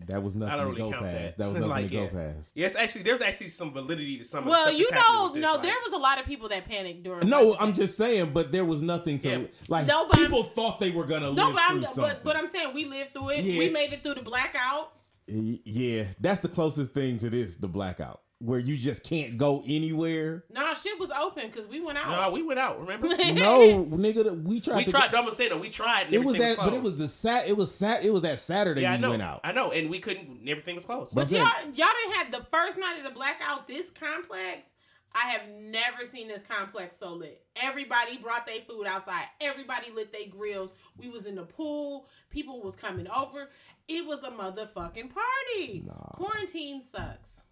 S3: That was nothing
S2: I
S3: to
S2: don't really
S3: go
S2: count that.
S3: past. That, was nothing
S2: Like,
S3: to go
S2: yeah.
S3: past.
S2: Yes, actually, there's actually some validity to some.
S1: Well,
S2: of the
S1: you
S2: stuff that's happening
S1: know,
S2: with this,
S1: no,
S2: like-
S1: there was a lot of people that panicked during.
S3: No,
S1: Y2K.
S3: I'm just saying, but there was nothing to
S2: Yeah.
S3: like.
S1: No, but I'm-
S3: people thought they were gonna
S1: No,
S3: live
S1: but I'm
S3: through something.
S1: but, but I'm saying we lived through it.
S3: Yeah.
S1: We made it through the blackout.
S3: Y- yeah, that's the closest thing to this, the blackout, where you just can't go anywhere.
S1: Nah, shit was open because we went
S2: No,
S1: out.
S2: we went out. Remember?
S3: No, nigga, we tried.
S2: we
S3: to
S2: tried. I'm gonna say that we tried. And
S3: Go, it was
S2: everything
S3: that, but it
S2: closed.
S3: was the sat. It was sat. It was that Saturday
S2: Yeah, I
S3: we
S2: know.
S3: went out.
S2: I know, and we couldn't. Everything was closed.
S3: But-
S1: But y'all, y'all didn't have the first night of the blackout. This complex, I have never seen this complex so lit. Everybody brought their food outside. Everybody lit their grills. We was in the pool. People was coming over. It was a motherfucking party.
S3: Nah.
S1: Quarantine sucks.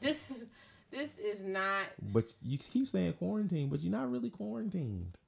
S1: this is this is not.
S3: But you keep saying quarantine, but you're not really quarantined.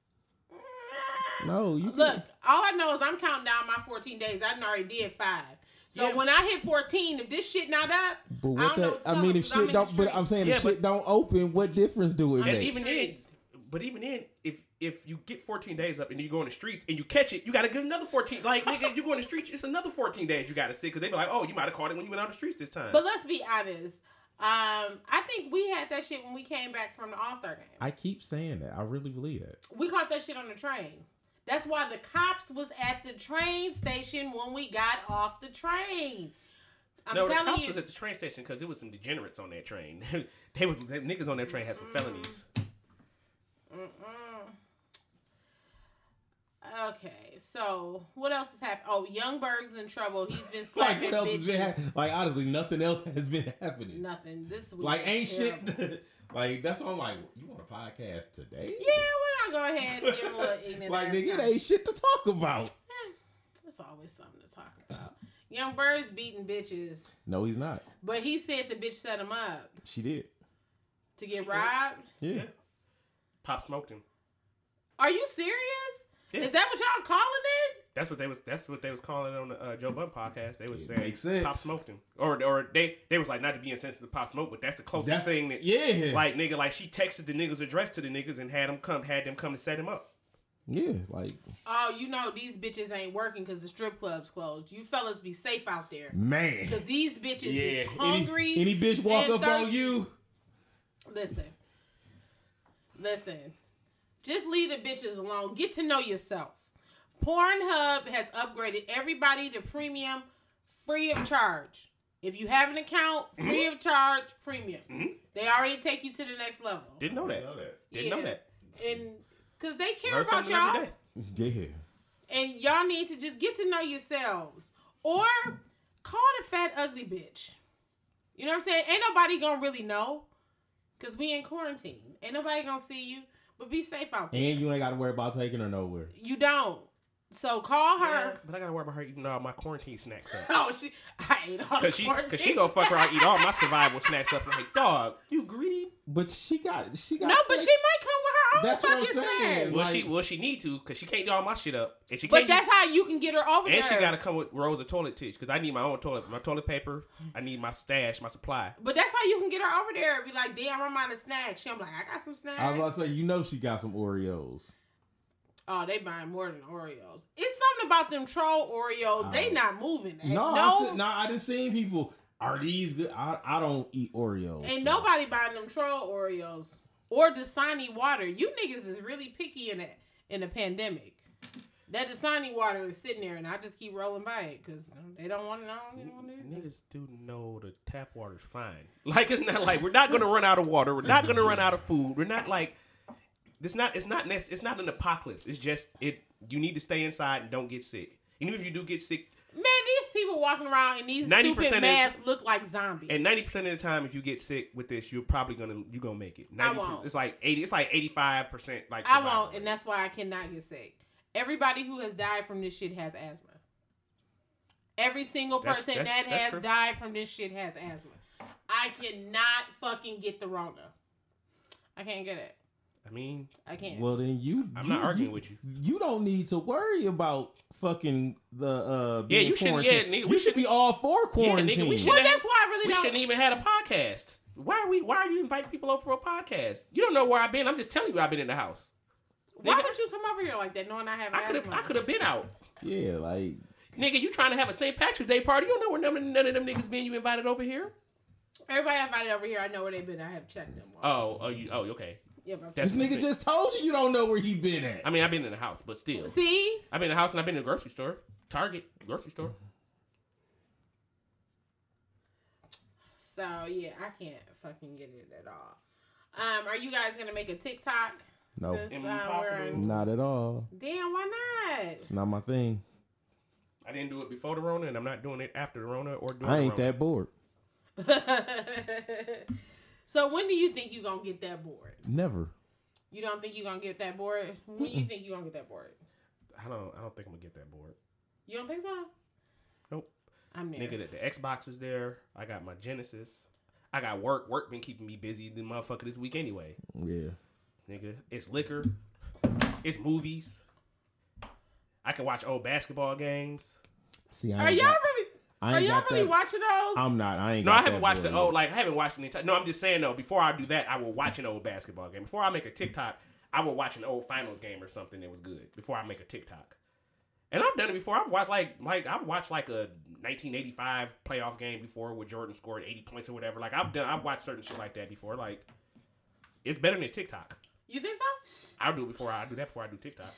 S3: No, you
S1: Look, all I know is I'm counting down my 14 days. I done already did five. So
S2: Yeah.
S1: when I hit 14, if this shit not up,
S3: But
S1: I
S3: what
S1: don't know
S3: that?
S1: what to
S3: I
S1: tell
S3: mean,
S1: them
S3: if
S1: 'cause I'm
S3: shit
S1: in
S3: don't,
S1: the
S3: but I'm
S1: streets.
S3: saying
S2: Yeah,
S3: if shit don't open, what difference do it
S2: and
S3: make?
S2: even then,
S1: Streets.
S2: but even then, if if you get 14 days up and you go on the streets and you catch it, you gotta get another 14. Like nigga, you go on the streets, it's another 14 days you gotta sit because they be like, oh, you might have caught it when you went out on the streets this time.
S1: But let's be honest. Um, I think we had that shit when we came back from the All Star game.
S3: I keep saying that. I really believe that.
S1: we caught that shit on the train. That's why the cops was at the train station when we got off the train. I'm
S2: no, the
S1: telling
S2: cops
S1: you.
S2: was at the train station because it was some degenerates on that train. they was the niggas on that train had some felonies.
S1: Mm-mm. Okay, so what else has happened? Oh, Youngberg's in trouble. He's been
S3: Like
S1: slapping
S3: what else has
S1: bitches.
S3: been happening? Like honestly, nothing else has been happening.
S1: Nothing. This week
S3: Like
S1: was
S3: ain't
S1: terrible.
S3: shit. like that's why I'm like, you want a podcast today?
S1: Yeah, we're gonna go ahead and give him a little ignorant.
S3: Like
S1: ass
S3: nigga, it
S1: time.
S3: ain't shit to talk about.
S1: It's always something to talk about. Young Bird's beating bitches,
S3: No, he's not.
S1: but he said the bitch set him up
S3: She did.
S1: to get robbed.
S3: Yeah.
S2: Pop smoked him.
S1: Are you serious?
S2: Yeah.
S1: Is that what y'all calling it?
S2: That's what they was. That's what they was calling on the uh, Joe Budden podcast. They was
S3: It
S2: saying
S3: makes sense.
S2: Pop smoked him, or or they they was like not to be insensitive to Pop smoke, but that's the closest
S3: That's-
S2: thing that
S3: Yeah.
S2: Like nigga, like she texted the niggas address to the niggas and had them come, had them come to set him up.
S3: yeah. Like
S1: Oh, you know these bitches ain't working because the strip club's closed. You fellas be safe out there
S3: man.
S1: because these bitches is
S2: Yeah.
S1: hungry.
S3: Mm. Any, any bitch walk
S1: and
S3: up on
S1: thirsty.
S3: you.
S1: Listen, listen. Just leave the bitches alone. Get to know yourself. Pornhub has upgraded everybody to premium, free of charge. If you have an account, free of charge, premium.
S2: Mm-hmm.
S1: They already take you to the next level.
S2: Didn't know that. Didn't know
S1: Yeah.
S2: that.
S1: and because they care
S2: Learn
S1: about
S2: something every
S1: y'all.
S2: day.
S3: Yeah.
S1: and y'all need to just get to know yourselves or call the fat ugly bitch you know what i'm saying ain't nobody gonna really know because we in quarantine ain't nobody gonna see you but be safe out there
S3: And you ain't got to worry about taking her nowhere.
S1: you don't so call her
S2: But I gotta worry about her eating all my quarantine snacks up.
S1: oh she i ate all the
S2: Cause she,
S1: quarantine
S2: cause she gonna fuck around, eat all my survival snacks up. Like, dog, you greedy.
S3: But she got she got
S1: no but she
S3: snacks.
S1: might come with her I don't
S3: That's what
S1: fucking
S3: I'm saying.
S1: say.
S2: Well,
S3: Like-
S2: she well she need to because she can't do all my shit up, and she
S1: But
S2: can't.
S1: that's how you can get her over
S2: do, and
S1: there.
S2: she gotta come with rolls of toilet tissue because I need my own toilet, my toilet paper. I need my stash, my supply.
S1: but that's how you can get her over there. Be like, damn, I'm out of snacks. She, I'm like, I got some snacks.
S3: I was about to say, you know, she got some Oreos.
S1: oh, they buying more than Oreos. It's something about them troll Oreos. they
S3: Um,
S1: not moving. And
S3: No,
S1: no,
S3: I said, no, I didn't see people. Are these good? I, I don't eat Oreos.
S1: Ain't
S3: so.
S1: nobody buying them troll Oreos or Dasani water. You niggas is really picky in it in the pandemic. That Dasani water is sitting there, and I just keep rolling by it because they don't want it. I don't even want it.
S2: Niggas do know the tap water's fine. Like it's not like we're not gonna run out of water. We're not gonna run out of food. We're not like it's not it's not nec- it's not an apocalypse. It's just it. You need to stay inside and don't get sick. And even if you do get sick,
S1: Man, these people walking around in these
S2: 90%
S1: stupid
S2: is-
S1: masks look like zombies.
S2: and ninety percent of the time, if you get sick with this, you're probably gonna you gonna make it. 90%,
S1: I won't.
S2: It's like eighty. It's like eighty five percent. Like
S1: I
S2: survival
S1: won't,
S2: rate.
S1: and that's why I cannot get sick. Everybody who has died from this shit has asthma. Every single
S2: That's-
S1: person
S2: that's-
S1: that
S2: that's
S1: has
S2: true.
S1: died from this shit has asthma. I cannot fucking get the Rona. I can't get it.
S2: I mean,
S1: I can't.
S3: Well, then you.
S2: I'm not arguing with you.
S3: You don't need to worry about fucking the. uh
S2: Yeah,
S3: being
S2: you should- yeah,
S3: quarantined.
S2: nigga,
S3: you
S2: we
S3: should be all for
S2: Yeah,
S3: quarantine.
S2: nigga, we should
S1: Well, that's why I really
S2: we
S1: don't.
S2: shouldn't even had a podcast. Why are we? Why are you inviting people over for a podcast? You don't know where I've been. I'm just telling you, I've been in the house.
S1: why
S2: nigga-
S1: would you come over here like that, knowing I have
S2: I could have.
S1: asthma?
S2: I could have been out.
S3: Yeah, like
S2: Nigga, you trying to have a St. Patrick's Day party? You don't know where none, none of them niggas been. You invited over here?
S1: Everybody I invited over here, I know where they've been. I have checked them. all.
S2: Oh, oh, you, oh, okay.
S1: yeah, but
S2: That's
S3: this nigga just told you you don't know where he been at.
S2: I mean, I've been in the house, but still,
S1: see,
S2: I've been in the house and I've been in the grocery store, Target, grocery store.
S1: so yeah, I can't fucking get it at all. Um, are you guys gonna make a TikTok?
S3: No.
S1: Since, uh, we're in-
S3: not at all.
S1: Damn, why not?
S3: It's not my thing.
S2: I didn't do it before the Rona, and I'm not doing it after the Rona or during
S3: I
S2: the
S3: ain't
S2: Rona.
S3: that bored.
S1: so when do you think you gonna get that bored?
S3: Never.
S1: You don't think you gonna get that bored? When you think you gonna get that bored?
S2: I don't. I don't think I'm gonna get that bored.
S1: You don't think so?
S2: Nope.
S1: I'm there.
S2: Nigga, the, the Xbox is there. I got my Genesis. I got work. Work been keeping me busy, the motherfucker, this week anyway.
S3: Yeah.
S2: Nigga, it's liquor. It's movies. I can watch old basketball games.
S3: See, I
S1: Are
S3: ain't
S1: y'all
S3: got,
S1: really?
S3: I
S1: Are
S3: ain't
S1: y'all
S3: got
S1: really
S3: that.
S1: watching those?
S3: I'm not. I ain't.
S2: No,
S3: got
S2: I haven't
S3: that
S2: watched
S3: bored
S2: the old like I haven't watched an entire. No, I'm just saying though. Before I do that, I will watch an old basketball game. Before I make a TikTok, I will watch an old finals game or something that was good. Before I make a TikTok, and I've done it before. I've watched like like I've watched like a 1985 playoff game before where Jordan scored 80 points or whatever. Like I've done. I've watched certain shit like that before. Like it's better than TikTok.
S1: you think so?
S2: I'll do it before I I do that before I do TikTok.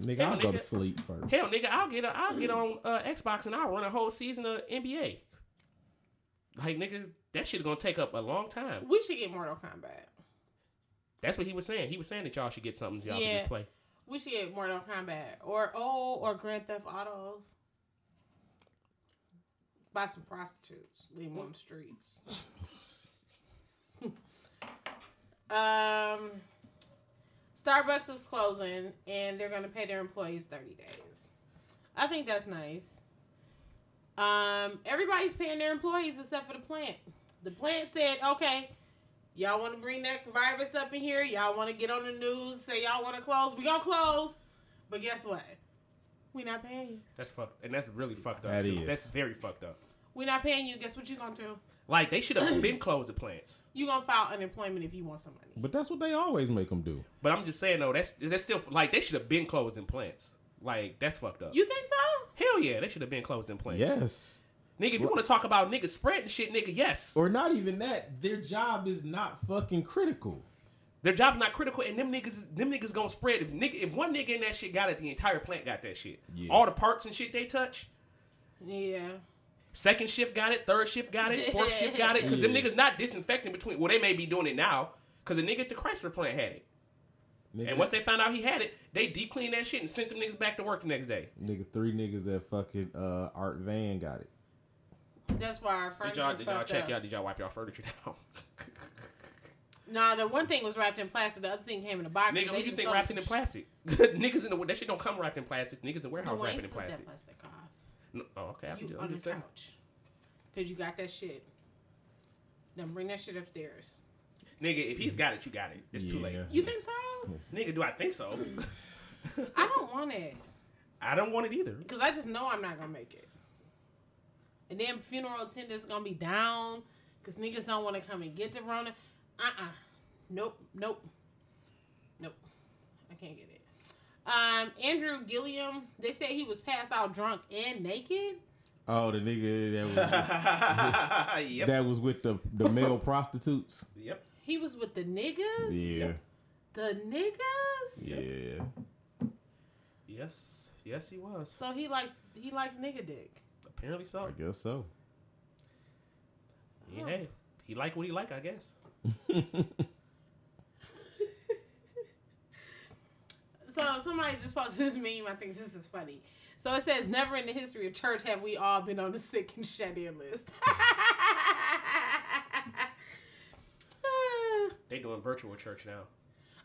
S3: Nigga, I'll go to
S2: nigga.
S3: sleep first.
S2: Hell, nigga, I'll get a, I'll get on uh, Xbox and I'll run a whole season of NBA. Like nigga, that shit gonna take up a long time.
S1: We should get Mortal Kombat.
S2: That's what he was saying. He was saying that y'all should get something y'all can
S1: Yeah.
S2: just play.
S1: We should get Mortal Kombat or oh or Grand Theft Autos. Buy some prostitutes, leave them on the streets. um, Starbucks is closing and they're gonna pay their employees thirty days. I think that's nice. Um, everybody's paying their employees except for the plant. The plant said, "Okay, Y'all want to bring that virus up in here? Y'all want to get on the news? Say y'all want to close? We gonna close, but guess what? We not paying you.
S2: That's fucked, and that's really fucked up.
S3: That
S2: too.
S3: is.
S2: That's very fucked up.
S1: We not paying you. Guess what you gonna do?
S2: Like they should have been closed the plants.
S1: You gonna file unemployment if you want some money.
S3: But that's what they always make them do.
S2: But I'm just saying though, that's that's still like they should have been closing plants. Like that's fucked up.
S1: You think so?
S2: Hell yeah, they should have been closing plants.
S3: Yes.
S2: Nigga, if you want to talk about niggas spreading shit, nigga, yes.
S3: Or not even that. Their job is not fucking critical.
S2: Their job's not critical, and them niggas, them niggas gonna spread. If nigga, if one nigga in that shit got it, the entire plant got that shit.
S3: Yeah.
S2: All the parts and shit they touch.
S1: Yeah.
S2: Second shift got it. Third shift got it. Fourth shift got it. Because them
S3: Yeah.
S2: niggas not disinfecting between. Well, they may be doing it now. Because the nigga at the Chrysler plant had it.
S3: Nigga,
S2: And once they found out he had it, they deep cleaned that shit and sent them niggas back to work the next day.
S3: nigga, three niggas that fucking uh, Art Van got it.
S1: That's why our
S2: Did
S1: furniture
S2: y'all, did y'all
S1: fucked
S2: check
S1: up.
S2: y'all? Did y'all wipe y'all furniture down?
S1: Nah, the one thing was wrapped in plastic. The other thing came in a box.
S2: Nigga,
S1: They
S2: who you
S1: just
S2: think
S1: sold
S2: wrapped
S1: the
S2: it in plastic? niggas in the that shit don't come wrapped in plastic. Niggas in the
S1: No,
S2: warehouse
S1: I
S2: wrapped
S1: ain't
S2: it in
S1: took that
S2: plastic.
S1: plastic off.
S2: No, oh, okay, I'm
S1: You
S2: just, I'm
S1: on the
S2: just saying.
S1: couch, cause you got that shit. Then bring that shit upstairs.
S2: Nigga, if he's got it, you got it. It's too late.
S3: Yeah.
S1: You think so?
S2: Nigga, do I think so?
S1: I don't want it
S2: I don't want it either.
S1: because I just know I'm not gonna make it. And then funeral attendants gonna be down because niggas don't want to come and get the Rona. Uh uh Nope. Nope. Nope. I can't get it. Um, Andrew Gilliam. They said he was passed out drunk and naked.
S3: Oh, the nigga that was
S2: yep.
S3: that was with the the male prostitutes.
S2: yep.
S1: He was with the niggas.
S3: Yeah,
S1: The niggas.
S3: yeah.
S2: Yes. Yes, he was.
S1: So he likes he likes nigga dick.
S2: Apparently so.
S3: I guess so.
S2: Yeah, hey, he like what he like, I guess.
S1: So somebody just posted this meme. I think this is funny. So it says, "Never in the history of church have we all been on the sick and shut in list."
S2: They doing virtual church now.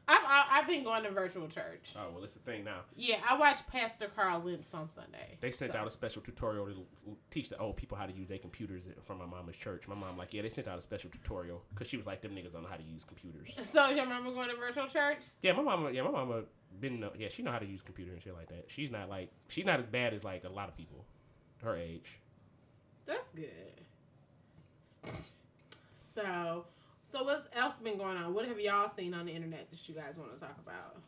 S1: I've, I- I've been going to virtual church.
S2: Oh well, it's the thing now.
S1: Yeah, I watched Pastor Carl Lentz on Sunday.
S2: They sent
S1: So-
S2: out a special tutorial to l- teach the old people how to use their computers from my mama's church. My mom like, yeah, they sent out a special tutorial because she was like, them niggas don't know how to use computers.
S1: So you remember going to virtual church?
S2: Yeah, my mama. Yeah, my mama been. uh, Yeah, she know how to use computer and shit like that. She's not like she's not as bad as like a lot of people her age.
S1: That's good. So, so what's else been going on? What have y'all seen on the internet that you guys want to talk about?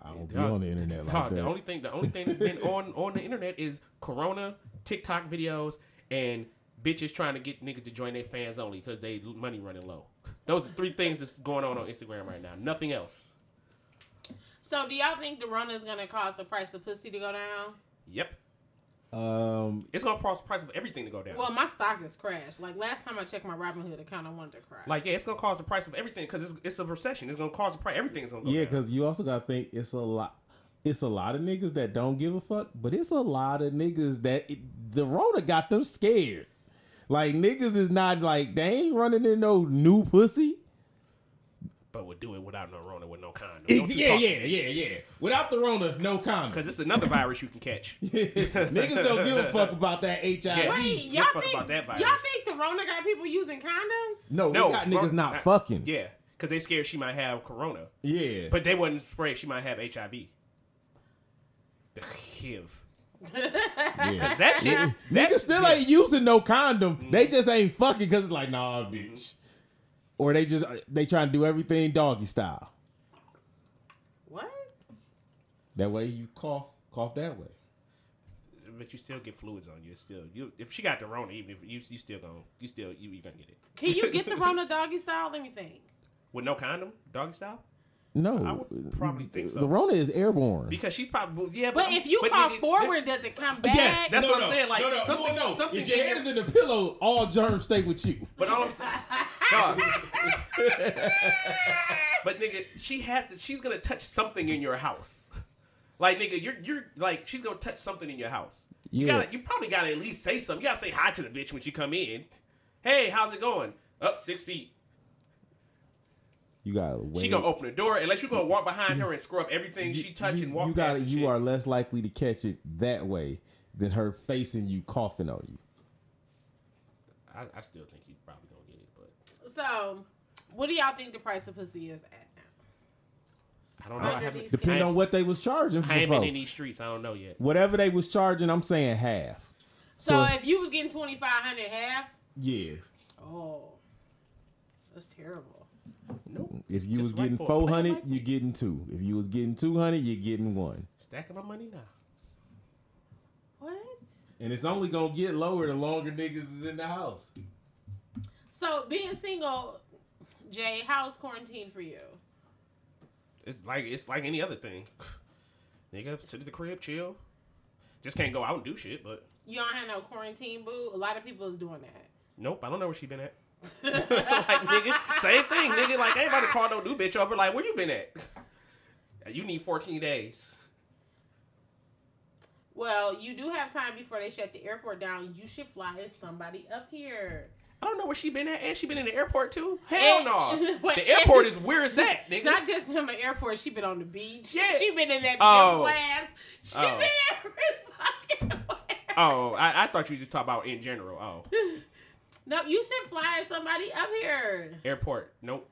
S3: I don't be
S2: Dog-
S3: on the internet like
S2: Dog,
S3: that.
S2: the only thing the only thing that's been on on the internet is Corona, TikTok videos, and bitches trying to get niggas to join their fans only because they money running low. Those are three things that's going on on Instagram right now. Nothing else.
S1: So, do y'all think the run is gonna cause the price of pussy to go down?
S2: Yep,
S3: um,
S2: it's gonna cause the price of everything to go down.
S1: Well, my stock has crashed. Like last time I checked my Robinhood account, I wanted to cry.
S2: like yeah, it's gonna cause the price of everything because it's, it's a recession. It's gonna cause the price. Everything's gonna go
S3: yeah,
S2: down.
S3: because you also gotta think it's a lot. It's a lot of niggas that don't give a fuck, but it's a lot of niggas that it, the Rona got them scared. Like niggas is not like they ain't running in no new pussy.
S2: but we'll do it without no Rona with no condom.
S3: Yeah, yeah, yeah, yeah. Without the Rona, no comment.
S2: Because it's another virus you can catch.
S3: niggas don't give a fuck about that HIV.
S2: Yeah.
S1: Wait,
S2: Give a
S1: y'all
S2: fuck
S1: think
S2: about that virus.
S1: y'all think the Rona got people using condoms?
S3: No, we
S2: No,
S3: got
S2: bro-
S3: niggas not
S2: I-
S3: fucking.
S2: yeah, because they scared she might have Corona.
S3: yeah.
S2: But they wasn't afraid she might have HIV. The HIV.
S3: yeah.
S2: That Mm-hmm. shit.
S3: Niggas still ain't using no condom. They just ain't fucking because it's like, nah, bitch.
S2: Mm-hmm.
S3: Or they just they trying to do everything doggy style.
S1: What?
S3: That way you cough, cough that way.
S2: But you still get fluids on you. It's Still, you if she got the Rona, even if you you still gonna you still you, you gonna get it
S1: Can you get the Rona doggy style? Let me think.
S2: with no condom, doggy style.
S3: No,
S2: I would probably think so.
S3: The Rona is airborne.
S2: Because she's probably yeah.
S1: But if you
S2: but
S1: call
S2: nigga,
S1: forward, does it come back?
S2: that's what I'm saying, like, something- something-
S3: If your head is in the pillow, all germs stay with you.
S2: But all I'm saying, dog. but nigga, she has to. She's gonna touch something in your house. Like nigga, you're you're like she's gonna touch something in your house. You
S3: Yeah.
S2: gotta, you probably gotta at least say something. You gotta say hi to the bitch when she come in. Hey, how's it going? Up six feet.
S3: You gotta wait.
S2: She gonna open the door unless you gonna walk behind her and scrub everything she touch
S3: you,
S2: and walk
S3: you
S2: past.
S3: gotta-
S2: and
S3: you
S2: shit.
S3: are less likely to catch it that way than her facing you, coughing on you.
S2: I, I still think you probably gonna get it, but
S1: So, what do y'all think the price of pussy is at now?
S2: I don't know. I
S1: Under
S2: haven't,
S1: these
S3: Depending
S2: I
S3: on
S2: ain't-
S3: what they was charging
S2: I ain't been in
S3: before.
S2: these streets. I don't know yet.
S3: Whatever they was charging, I'm saying half.
S1: So, if you was getting twenty five hundred half,
S3: yeah,
S1: oh, that's terrible.
S2: Nope.
S3: if you
S2: Just
S3: was
S2: right
S3: getting
S2: for a player
S3: 400,
S2: like me.
S3: you're getting two. If you was getting 200, you're getting one.
S2: Stacking my money now.
S1: What?
S3: And it's only gonna get lower the longer niggas is in the house.
S1: So being single, Jay, how's quarantine for you?
S2: It's like it's like any other thing. Nigga, sit at the crib, chill. Just can't go out and do shit, but
S1: You don't have no quarantine boo. A lot of people is doing that.
S2: nope, I don't know where she been at. like nigga, same thing, nigga. Like I ain't about to call no new bitch over. Like where you been at? You need 14 days.
S1: Well, you do have time before they shut the airport down. You should fly as somebody up here.
S2: I don't know where she been at, and she been in the airport too. Hell no,
S1: Wait,
S2: the airport is where is that, nigga?
S1: Not just in the airport. She been on the beach.
S2: Yeah.
S1: She been in that gym
S2: Oh.
S1: class. She
S2: Oh.
S1: been every fucking way.
S2: oh, I, I thought you just talk about in general. Oh,
S1: No, you should fly as somebody up here.
S2: airport, nope.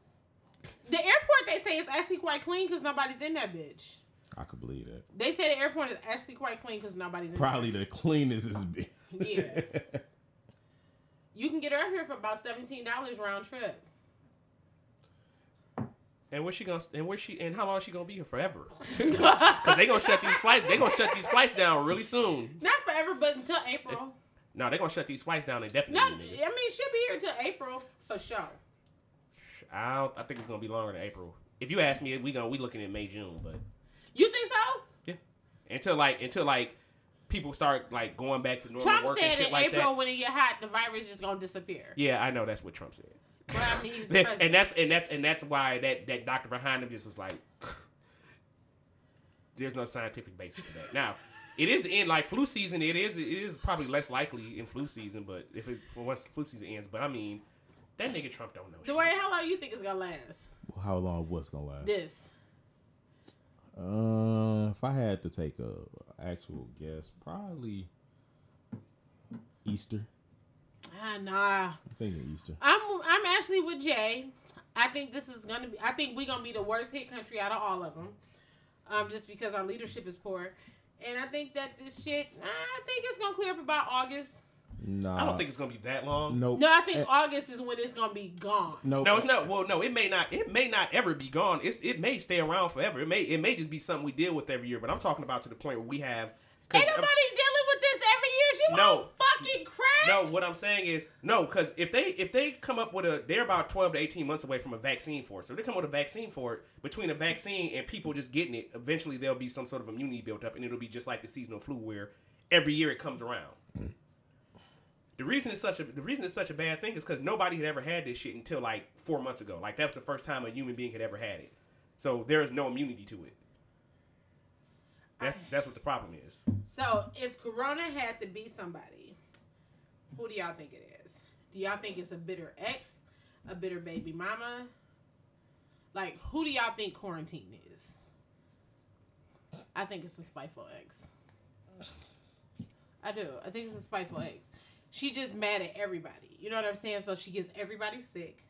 S1: The airport they say is actually quite clean because nobody's in that bitch.
S3: I could believe that.
S1: They say the airport is actually quite clean because nobody's in.
S3: Probably the cleanest is.
S1: There. Yeah, you can get her up here for about seventeen dollars round trip.
S2: And where's she gonna? And where's she? And how long is she gonna be here? Forever? Because they gonna shut these flights. They gonna shut these flights down really soon.
S1: Not forever, but until April.
S2: No, they gonna shut these flights down indefinitely.
S1: No, I mean
S2: nigga.
S1: she'll be here till April for sure.
S2: I don't, I think it's gonna be longer than April. If you ask me, we gonna we looking at May June, but
S1: You think so?
S2: until like until like people start like going back to normal
S1: Trump
S2: work and
S1: said
S2: shit
S1: in
S2: like
S1: April
S2: that.
S1: when it get hot, the virus is gonna disappear.
S2: Yeah, I know that's what Trump said.
S1: But I mean, he's the president.
S2: and that's and that's and that's why that that doctor behind him just was like, there's no scientific basis for that. Now, it is in like flu season. It is it is probably less likely in flu season, but if it for once flu season ends, but I mean, that nigga Trump don't know.
S1: Dwight,
S2: shit.
S1: how long you think it's gonna last?
S3: How long was gonna last?
S1: This.
S3: Uh, if I had to take a actual guess, probably Easter.
S1: Ah, nah.
S3: I'm thinking Easter.
S1: I'm I'm actually with Jay. I think this is gonna be. I think we're gonna be the worst hit country out of all of them, um, just because our leadership is poor. And I think that this shit. nah, I think it's gonna clear up about August.
S3: No,
S2: I don't think it's gonna be that long.
S3: Nope.
S1: No, I think
S3: Eh,
S1: August is when it's gonna be gone.
S3: nope.
S2: No, it's not. Well, no, it may not. It may not ever be gone. It's it may stay around forever. It may it may just be something we deal with every year. But I'm talking about to the point where we have. 'cause
S1: Ain't
S2: I'm-
S1: nobody dealing with this every year. She
S2: No.
S1: won't fucking crack.
S2: No, what I'm saying is no, because if they if they come up with a, they're about 12 to 18 months away from a vaccine for it. So if they come up with a vaccine for it. Between a vaccine and people just getting it, eventually there'll be some sort of immunity built up, and it'll be just like the seasonal flu, where every year it comes around. The reason it's such a the reason it's such a bad thing is because nobody had ever had this shit until like four months ago. Like that was the first time a human being had ever had it. So there is no immunity to it. That's that's what the problem is.
S1: So if Corona had to beat somebody, who do y'all think it is? Do y'all think it's a bitter ex, a bitter baby mama? Like who do y'all think quarantine is? I think it's a spiteful ex. I do. I think it's a spiteful ex. She just mad at everybody. You know what I'm saying? So she gets everybody sick.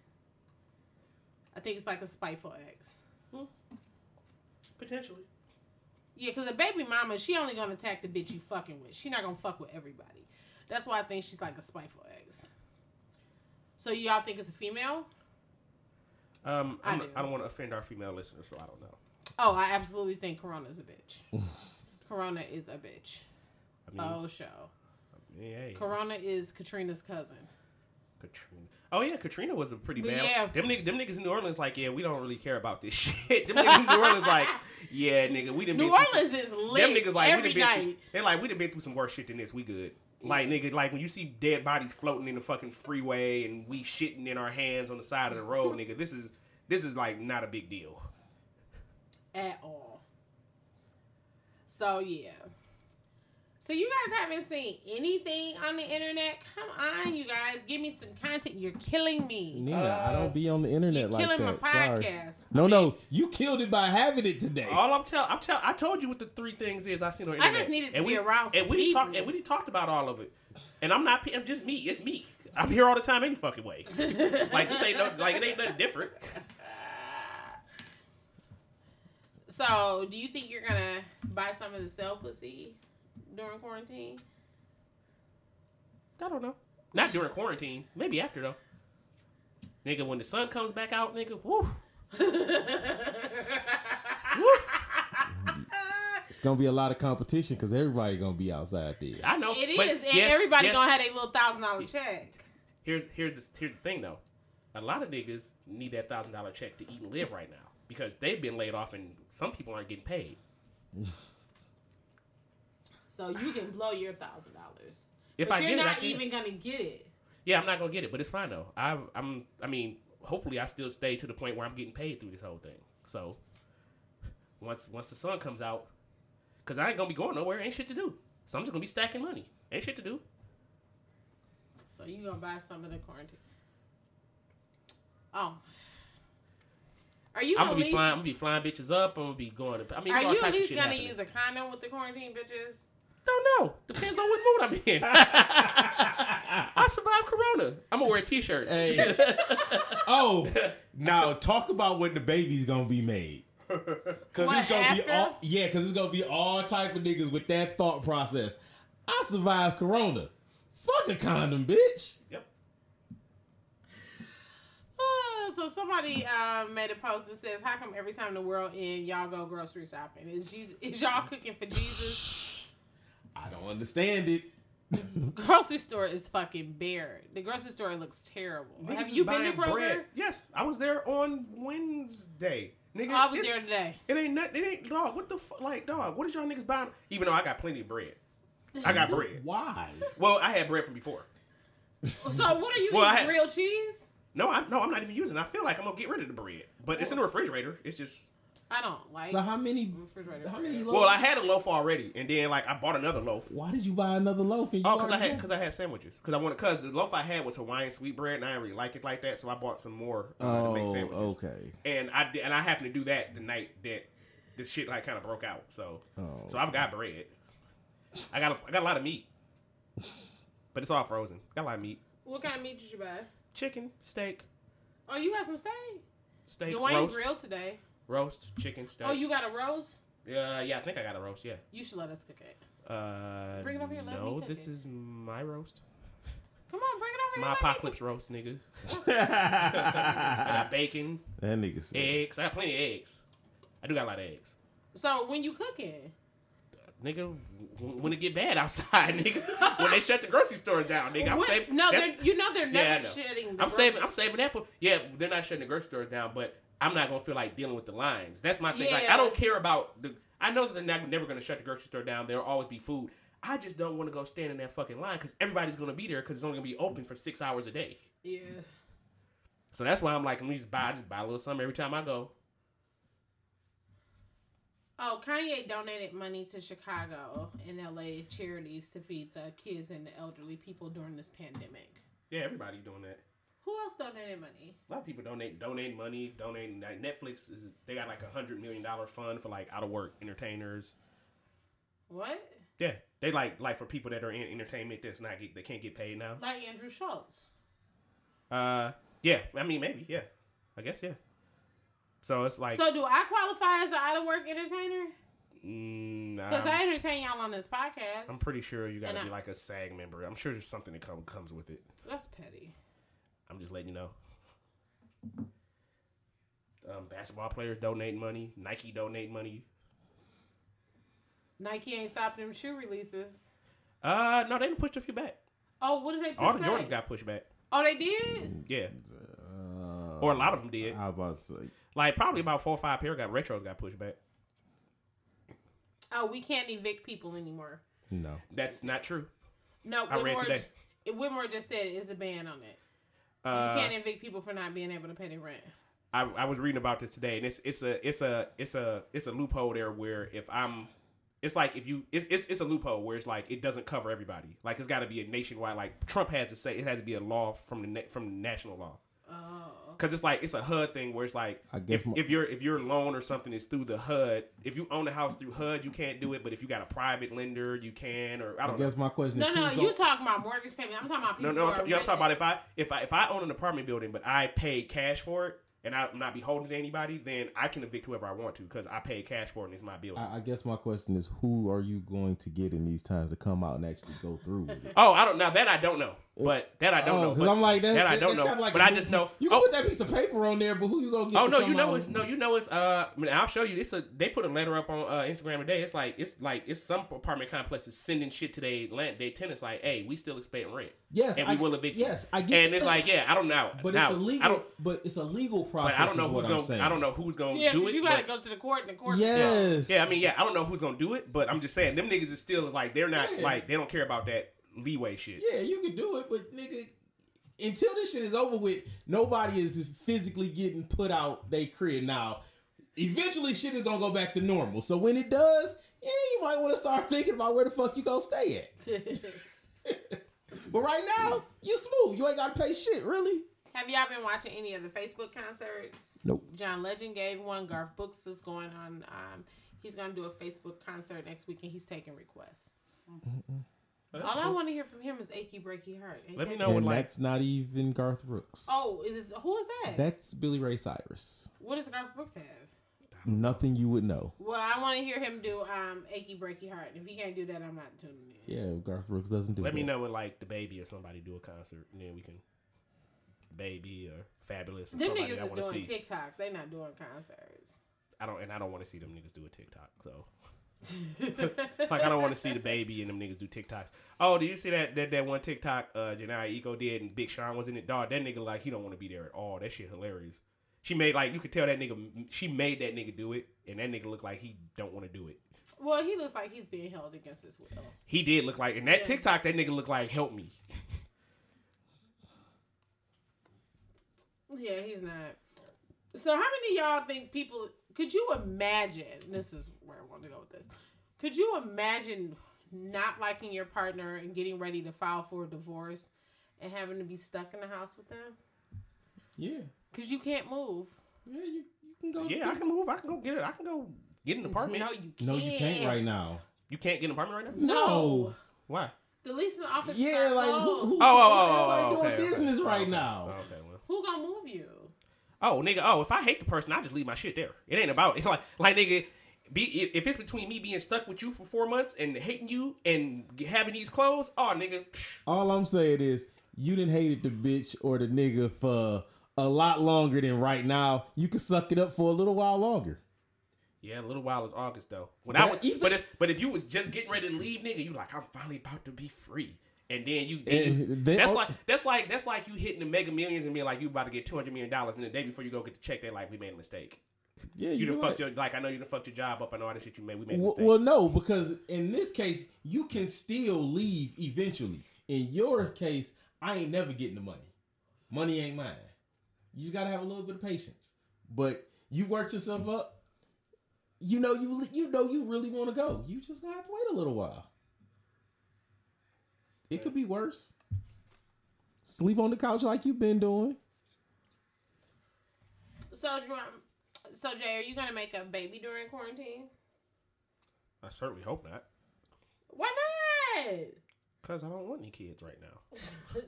S1: I think it's like a spiteful ex.
S2: Potentially.
S1: Yeah, because a baby mama, she only gonna attack the bitch you fucking with. She not gonna fuck with everybody. That's why I think she's like a spiteful ex. So y'all think it's a female?
S2: Um,
S1: I
S2: I'm not-
S1: do.
S2: I don't want to offend our female listeners, so I don't know.
S1: Oh, I absolutely think Corona is a bitch. Corona is a bitch.
S2: I mean,
S1: Oh, show.
S2: yeah, yeah.
S1: Corona is Katrina's cousin.
S2: Katrina. Oh yeah, Katrina was a pretty
S1: But
S2: bad.
S1: yeah.
S2: Them, nigg- them niggas in New Orleans like, yeah, we don't really care about this shit. them niggas in New Orleans like, yeah, nigga, we didn't.
S1: New Orleans is
S2: Them
S1: lit
S2: niggas like we
S1: every
S2: done been
S1: night.
S2: through, they like we done been through some worse shit than this. We good. Like nigga, like when you see dead bodies floating in the fucking freeway and we shitting in our hands on the side of the road, nigga. This is this is like not a big deal.
S1: at all. So yeah. So you guys haven't seen anything on the internet? Come on, you guys, give me some content. You're killing me.
S3: Nina, I don't be on the internet
S1: You're
S3: like
S1: uh, killing
S3: that.
S1: my
S3: Sorry.
S1: podcast.
S3: No, no, you killed it by having it today.
S2: All I'm tell I'm tell I told you what the three things is I seen on. internet.
S1: just needed to
S2: and
S1: be
S2: we,
S1: around some
S2: And we didn't talk.
S1: people.
S2: And we didn't talked about all of it. And I'm not. I'm just me. It's me. I'm here all the time any fucking way. like this ain't no. Like it ain't nothing different.
S1: So, do you think you're gonna buy some of the sell pussy during quarantine?
S2: I don't know. Not during quarantine. Maybe after though. Nigga, when the sun comes back out, nigga, woo.
S1: it
S3: It's gonna be a lot of competition because everybody gonna be outside there.
S2: I know.
S1: is,
S2: but
S1: and
S2: yes,
S1: everybody
S2: yes.
S1: gonna have a little thousand dollar check.
S2: Here's here's the here's the thing though. A lot of niggas need that thousand dollar check to eat and live right now because they've been laid off and some people aren't getting paid.
S1: So you can blow your thousand dollars.
S2: If
S1: but
S2: I
S1: you're
S2: get it, I
S1: not
S2: can't-
S1: even gonna get it.
S2: Yeah, I'm not gonna get it, but it's fine though. I I'm I mean, hopefully I still stay to the point where I'm getting paid through this whole thing. So once once the sun comes out, cause I ain't gonna be going nowhere. Ain't shit to do. So I'm just gonna be stacking money. Ain't shit to do.
S1: So you gonna buy some of the quarantine? Oh, are you
S2: I'm
S1: at
S2: gonna be
S1: least,
S2: flying. I'm gonna be flying bitches up. I'm gonna be going. To, I mean, it's
S1: are
S2: all
S1: you at
S2: types of
S1: least
S2: shit
S1: gonna
S2: happening.
S1: use a condom with the quarantine bitches?
S2: Don't know. Depends on what mood I'm in. I survived Corona. I'm gonna wear a T-shirt.
S3: Hey. oh, now talk about when the baby's gonna be made. Cause
S1: What,
S3: it's gonna be
S1: after?
S3: all yeah, cause it's gonna be all type of niggas with that thought process. I survived Corona. Fuck a condom, bitch.
S2: Yep.
S1: Ah, so somebody uh, made a post that says, "How come every time the world end, y'all go grocery shopping? Is Jesus, is y'all cooking for Jesus?
S3: I don't understand it.
S1: grocery store is fucking bare. The grocery store looks terrible.
S2: Niggas
S1: Have
S2: is
S1: you been to
S2: buying
S1: Kroger?
S2: Yes, I was there on Wednesday. Nigga,
S1: Oh, I was
S2: it's-
S1: there today.
S2: It ain't nothing. It ain't dog. What the fuck? Like dog. What is y'all niggas buying? Even though I got plenty of bread, I got bread.
S3: Why?
S2: Well, I had bread from before.
S1: So what are you
S2: Well, I
S1: eating?
S2: had-
S1: Real cheese?
S2: No, I'm no, I'm not even using. it. I feel like I'm gonna get rid of the bread, but it's in the refrigerator. It's just
S1: I don't like
S3: So how many
S1: refrigerator.
S3: how many loaves?
S2: well, I had a loaf already, and then like I bought another loaf.
S3: Why did you buy another loaf? And you
S2: Oh, cause I
S3: already
S2: had
S3: done?
S2: cause I had sandwiches. Cause I wanted cause the loaf I had was Hawaiian sweet bread, and I didn't really like it like that, so I bought some more uh, to make sandwiches.
S3: Oh, okay.
S2: And I did, and I happened to do that the night that the shit like kind of broke out. So
S3: Oh,
S2: so I've got bread. I got a, I got a lot of meat, but it's all frozen. Got a lot of meat:
S1: What kind of meat did you buy?
S2: chicken, steak,
S1: Oh, you got some steak.
S2: steak,
S1: Dwayne
S2: roast,
S1: grilled today.
S2: roast, chicken, steak.
S1: Oh, you got a roast?
S2: Uh, yeah, I think I got a roast. Yeah.
S1: You should let us cook it.
S2: Uh,
S1: Bring it over here, let
S2: no,
S1: me cook
S2: this
S1: it.
S2: is my roast.
S1: Come on, bring it
S2: It's
S1: over
S2: my
S1: here. let me cook
S2: apocalypse roast, nigga. I got
S3: that
S2: bacon,
S3: nigga said.
S2: eggs. I got plenty of eggs. I do got a lot of eggs,
S1: So when you cooking,
S2: nigga. w- When it get bad outside, nigga. when they shut the grocery stores down, nigga. I'm
S1: What-
S2: saving.
S1: no,
S2: that's-
S1: they're, you know they're
S2: Yeah, I
S1: never
S2: know.
S1: shitting. the
S2: I'm saving.
S1: grocery-
S2: I'm saving that for. Yeah, they're not shutting the grocery stores down, but I'm not gonna feel like dealing with the lines. That's my thing. Like
S1: Yeah.
S2: I don't care about the. I know that they're not, never gonna shut the grocery store down. There'll always be food. I just don't want to go stand in that fucking line because everybody's gonna be there because it's only gonna be open for six hours a day.
S1: Yeah.
S2: So that's why I'm like, let me just buy, I just buy a little something every time I go.
S1: Oh, Kanye donated money to Chicago and LA charities to feed the kids and the elderly people during this pandemic.
S2: Yeah, everybody doing that.
S1: Who else donated money?
S2: A lot of people donate donate money, donating like Netflix is they got like a hundred million dollar fund for like out of work entertainers.
S1: What?
S2: Yeah. They like like for people that are in entertainment that's not get, they can't get paid now.
S1: Like Andrew Schultz.
S2: Uh yeah, I mean maybe, yeah. I guess yeah. So it's like
S1: so do I qualify as an out of work entertainer?
S2: mm,
S1: Because
S2: I'm,
S1: I entertain y'all on this podcast.
S2: I'm pretty sure you gotta
S1: And I-
S2: be like a SAG member. I'm sure there's something that come, comes with it.
S1: That's petty.
S2: I'm just letting you know. Um, basketball players donate money. Nike donate money.
S1: Nike ain't stopping them shoe releases.
S2: Uh, no, they didn't push a few back.
S1: Oh, what did they push
S2: All the
S1: back?
S2: Jordans got pushed back.
S1: Oh, they did?
S2: Yeah,
S3: Uh,
S2: or a lot of them did.
S3: I was about to say.
S2: Like probably about four or five pair got retros got pushed back.
S1: Oh, we can't evict people anymore.
S3: No.
S2: That's not true.
S1: No,
S2: I read
S1: Whitmore,
S2: today.
S1: Whitmore just said it's a ban on it.
S2: Uh,
S1: you can't evict people for not being able to pay their rent.
S2: I, I was reading about this today, and it's it's a it's a it's a it's a loophole there where if I'm, it's like if you it's it's, it's a loophole where it's like it doesn't cover everybody. Like it's got to be a nationwide. Like Trump had to say it has to be a law from the na- from the national law.
S1: Oh.
S2: Cause it's like it's a HUD thing where it's like
S3: I guess
S2: if,
S3: my-
S2: if your if your loan or something is through the HUD, if you own a house through HUD, you can't do it. But if you got a private lender, you can. Or I
S3: I
S2: don't
S3: guess
S2: know.
S3: my question
S1: No,
S3: is.
S1: no,
S3: who's
S1: you
S3: gonna-
S1: talking about mortgage payment. I'm talking about
S2: No,
S1: people.
S2: no,
S1: who
S2: I'm,
S1: are
S2: t- yeah, I'm talking about
S1: renting.
S2: if I if I if I own an apartment building, but I pay cash for it and I'm not beholden to anybody, then I can evict whoever I want to because I paid cash for it and it's my building.
S3: I, I guess my question is, who are you going to get in these times to come out and actually go through with it?
S2: oh, I don't. Now that I don't know, but that I don't know.
S3: because
S2: but
S3: oh, I'm like that.
S2: I
S3: that-
S2: don't
S3: that's
S2: know.
S3: kinda like
S2: but
S3: a
S2: I
S3: move-
S2: just know.
S3: you can
S2: oh,
S3: put that piece of paper on there, but who you gonna get?
S2: Oh
S3: to
S2: no,
S3: come
S2: you know
S3: out
S2: it's
S3: and-
S2: no, you know it's uh. I mean, I'll show you. It's a they put a letter up on uh, Instagram today. It's like it's like it's some apartment complexes sending shit to their land, their tenants. Like, hey, we still expect rent,
S3: Yes,
S2: and
S3: I,
S2: we will evict. you.
S3: Yes, I get.
S2: And
S3: that.
S2: it's like, yeah, I don't know.
S3: but
S2: Now,
S3: it's
S2: I
S3: a legal.
S2: don't.
S3: But it's a legal process.
S2: But I don't know
S3: is what
S2: who's
S3: I'm
S2: gonna.
S3: saying.
S2: I don't know who's gonna
S1: Yeah,
S2: do
S1: 'cause
S2: it.
S1: you gotta
S2: but-
S1: go to the court, and the court.
S3: Yes.
S2: Yeah, I mean, yeah, I don't know who's gonna do it, but I'm just saying them niggas is still like they're not
S3: Yeah.
S2: like they don't care about that leeway shit.
S3: Yeah, you can do it, but nigga, until this shit is over with, nobody is physically getting put out they crib. Now, eventually shit is gonna go back to normal. So when it does, yeah, you might wanna start thinking about where the fuck you gonna stay at. but right now, you smooth. You ain't gotta pay shit, really.
S1: Have y'all been watching any of the Facebook concerts?
S3: Nope.
S1: John Legend gave one. Garth Brooks is going on. Um, he's gonna do a Facebook concert next week, and he's taking requests.
S2: That's
S1: All I
S2: cool.
S1: want to hear from him is achy breaky heart. Ain't
S2: Let
S1: that-
S2: me know when
S3: and
S2: like
S3: that's not even Garth Brooks.
S1: Oh, is who is that?
S3: That's Billy Ray Cyrus.
S1: what does Garth Brooks have?
S3: Nothing you would know.
S1: Well, I want to hear him do um achy breaky heart. If he can't do that, I'm not tuning in.
S3: Yeah, Garth Brooks doesn't do.
S2: let me
S3: that.
S2: know when like the baby or somebody do a concert, and then we can baby or fabulous or
S1: Them
S2: somebody that I
S1: niggas
S2: want
S1: is
S2: to
S1: doing
S2: see.
S1: TikToks. They not doing concerts.
S2: I don't and I don't want to see them niggas do a TikTok. So like I don't want to see the baby and them niggas do TikToks. Oh, did you see that that, that one TikTok uh Janaya Eco did and Big Sean was in it? Dog, that nigga like he don't want to be there at all. That shit hilarious. She made like you could tell that nigga she made that nigga do it, and that nigga looked like he don't want to do it.
S1: Well, he looks like he's being held against his will.
S2: He did look like in that
S1: Yeah.
S2: TikTok that nigga looked like help me.
S1: Yeah, he's not. So, how many of y'all think people could you imagine? This is where I want to go with this. Could you imagine not liking your partner and getting ready to file for a divorce and having to be stuck in the house with them?
S3: Yeah,
S1: Because you can't move.
S3: yeah, you, you can go.
S2: Yeah, I can move. I can go get it. I can go get an apartment.
S1: No, you can't.
S3: No, you can't right now.
S2: You can't get an apartment right now.
S1: No.
S2: Why?
S1: The leasing office.
S3: Yeah, like who? who
S2: Oh, oh, oh,
S3: everybody
S2: oh,
S3: doing
S2: okay, okay.
S3: business right
S2: Okay,
S3: now.
S2: Okay, well.
S1: who gonna move you?
S2: Oh, nigga. Oh, if I hate the person, I just leave my shit there. It ain't about it's like like nigga. Be if if it's between me being stuck with you for four months and hating you and g- having these clothes. Oh, nigga. psh,
S3: All I'm saying is, you didn't hated the bitch or the nigga for a lot longer than right now. You can suck it up for a little while longer.
S2: Yeah, a little while is August though. When I
S3: But
S2: was,
S3: even-
S2: but if but if you was just getting ready to leave, nigga, you like I'm finally about to be free. And then you,
S3: And they-
S2: that's
S3: oh-
S2: like that's like that's like you hitting the mega millions and being like you about to get two hundred million dollars, and the day before you go get the check, they're like we made a mistake.
S3: Yeah,
S2: You
S3: know
S2: done
S3: what?
S2: fucked your like I know you done fucked your job up and all that shit you made. We made a
S3: Well,
S2: mistake.
S3: well, no, because in this case, you can still leave eventually. In your case, I ain't never getting the money. Money ain't mine. You just gotta have a little bit of patience. But you worked yourself up. You know you you know you really want to go. You just gonna have to wait a little while. It could be worse. Sleep on the couch like you've been doing.
S1: So, Jerome- so Jay, are you gonna make a baby during quarantine?
S2: I certainly hope not,
S1: Why not?
S2: cause I don't want any kids right now.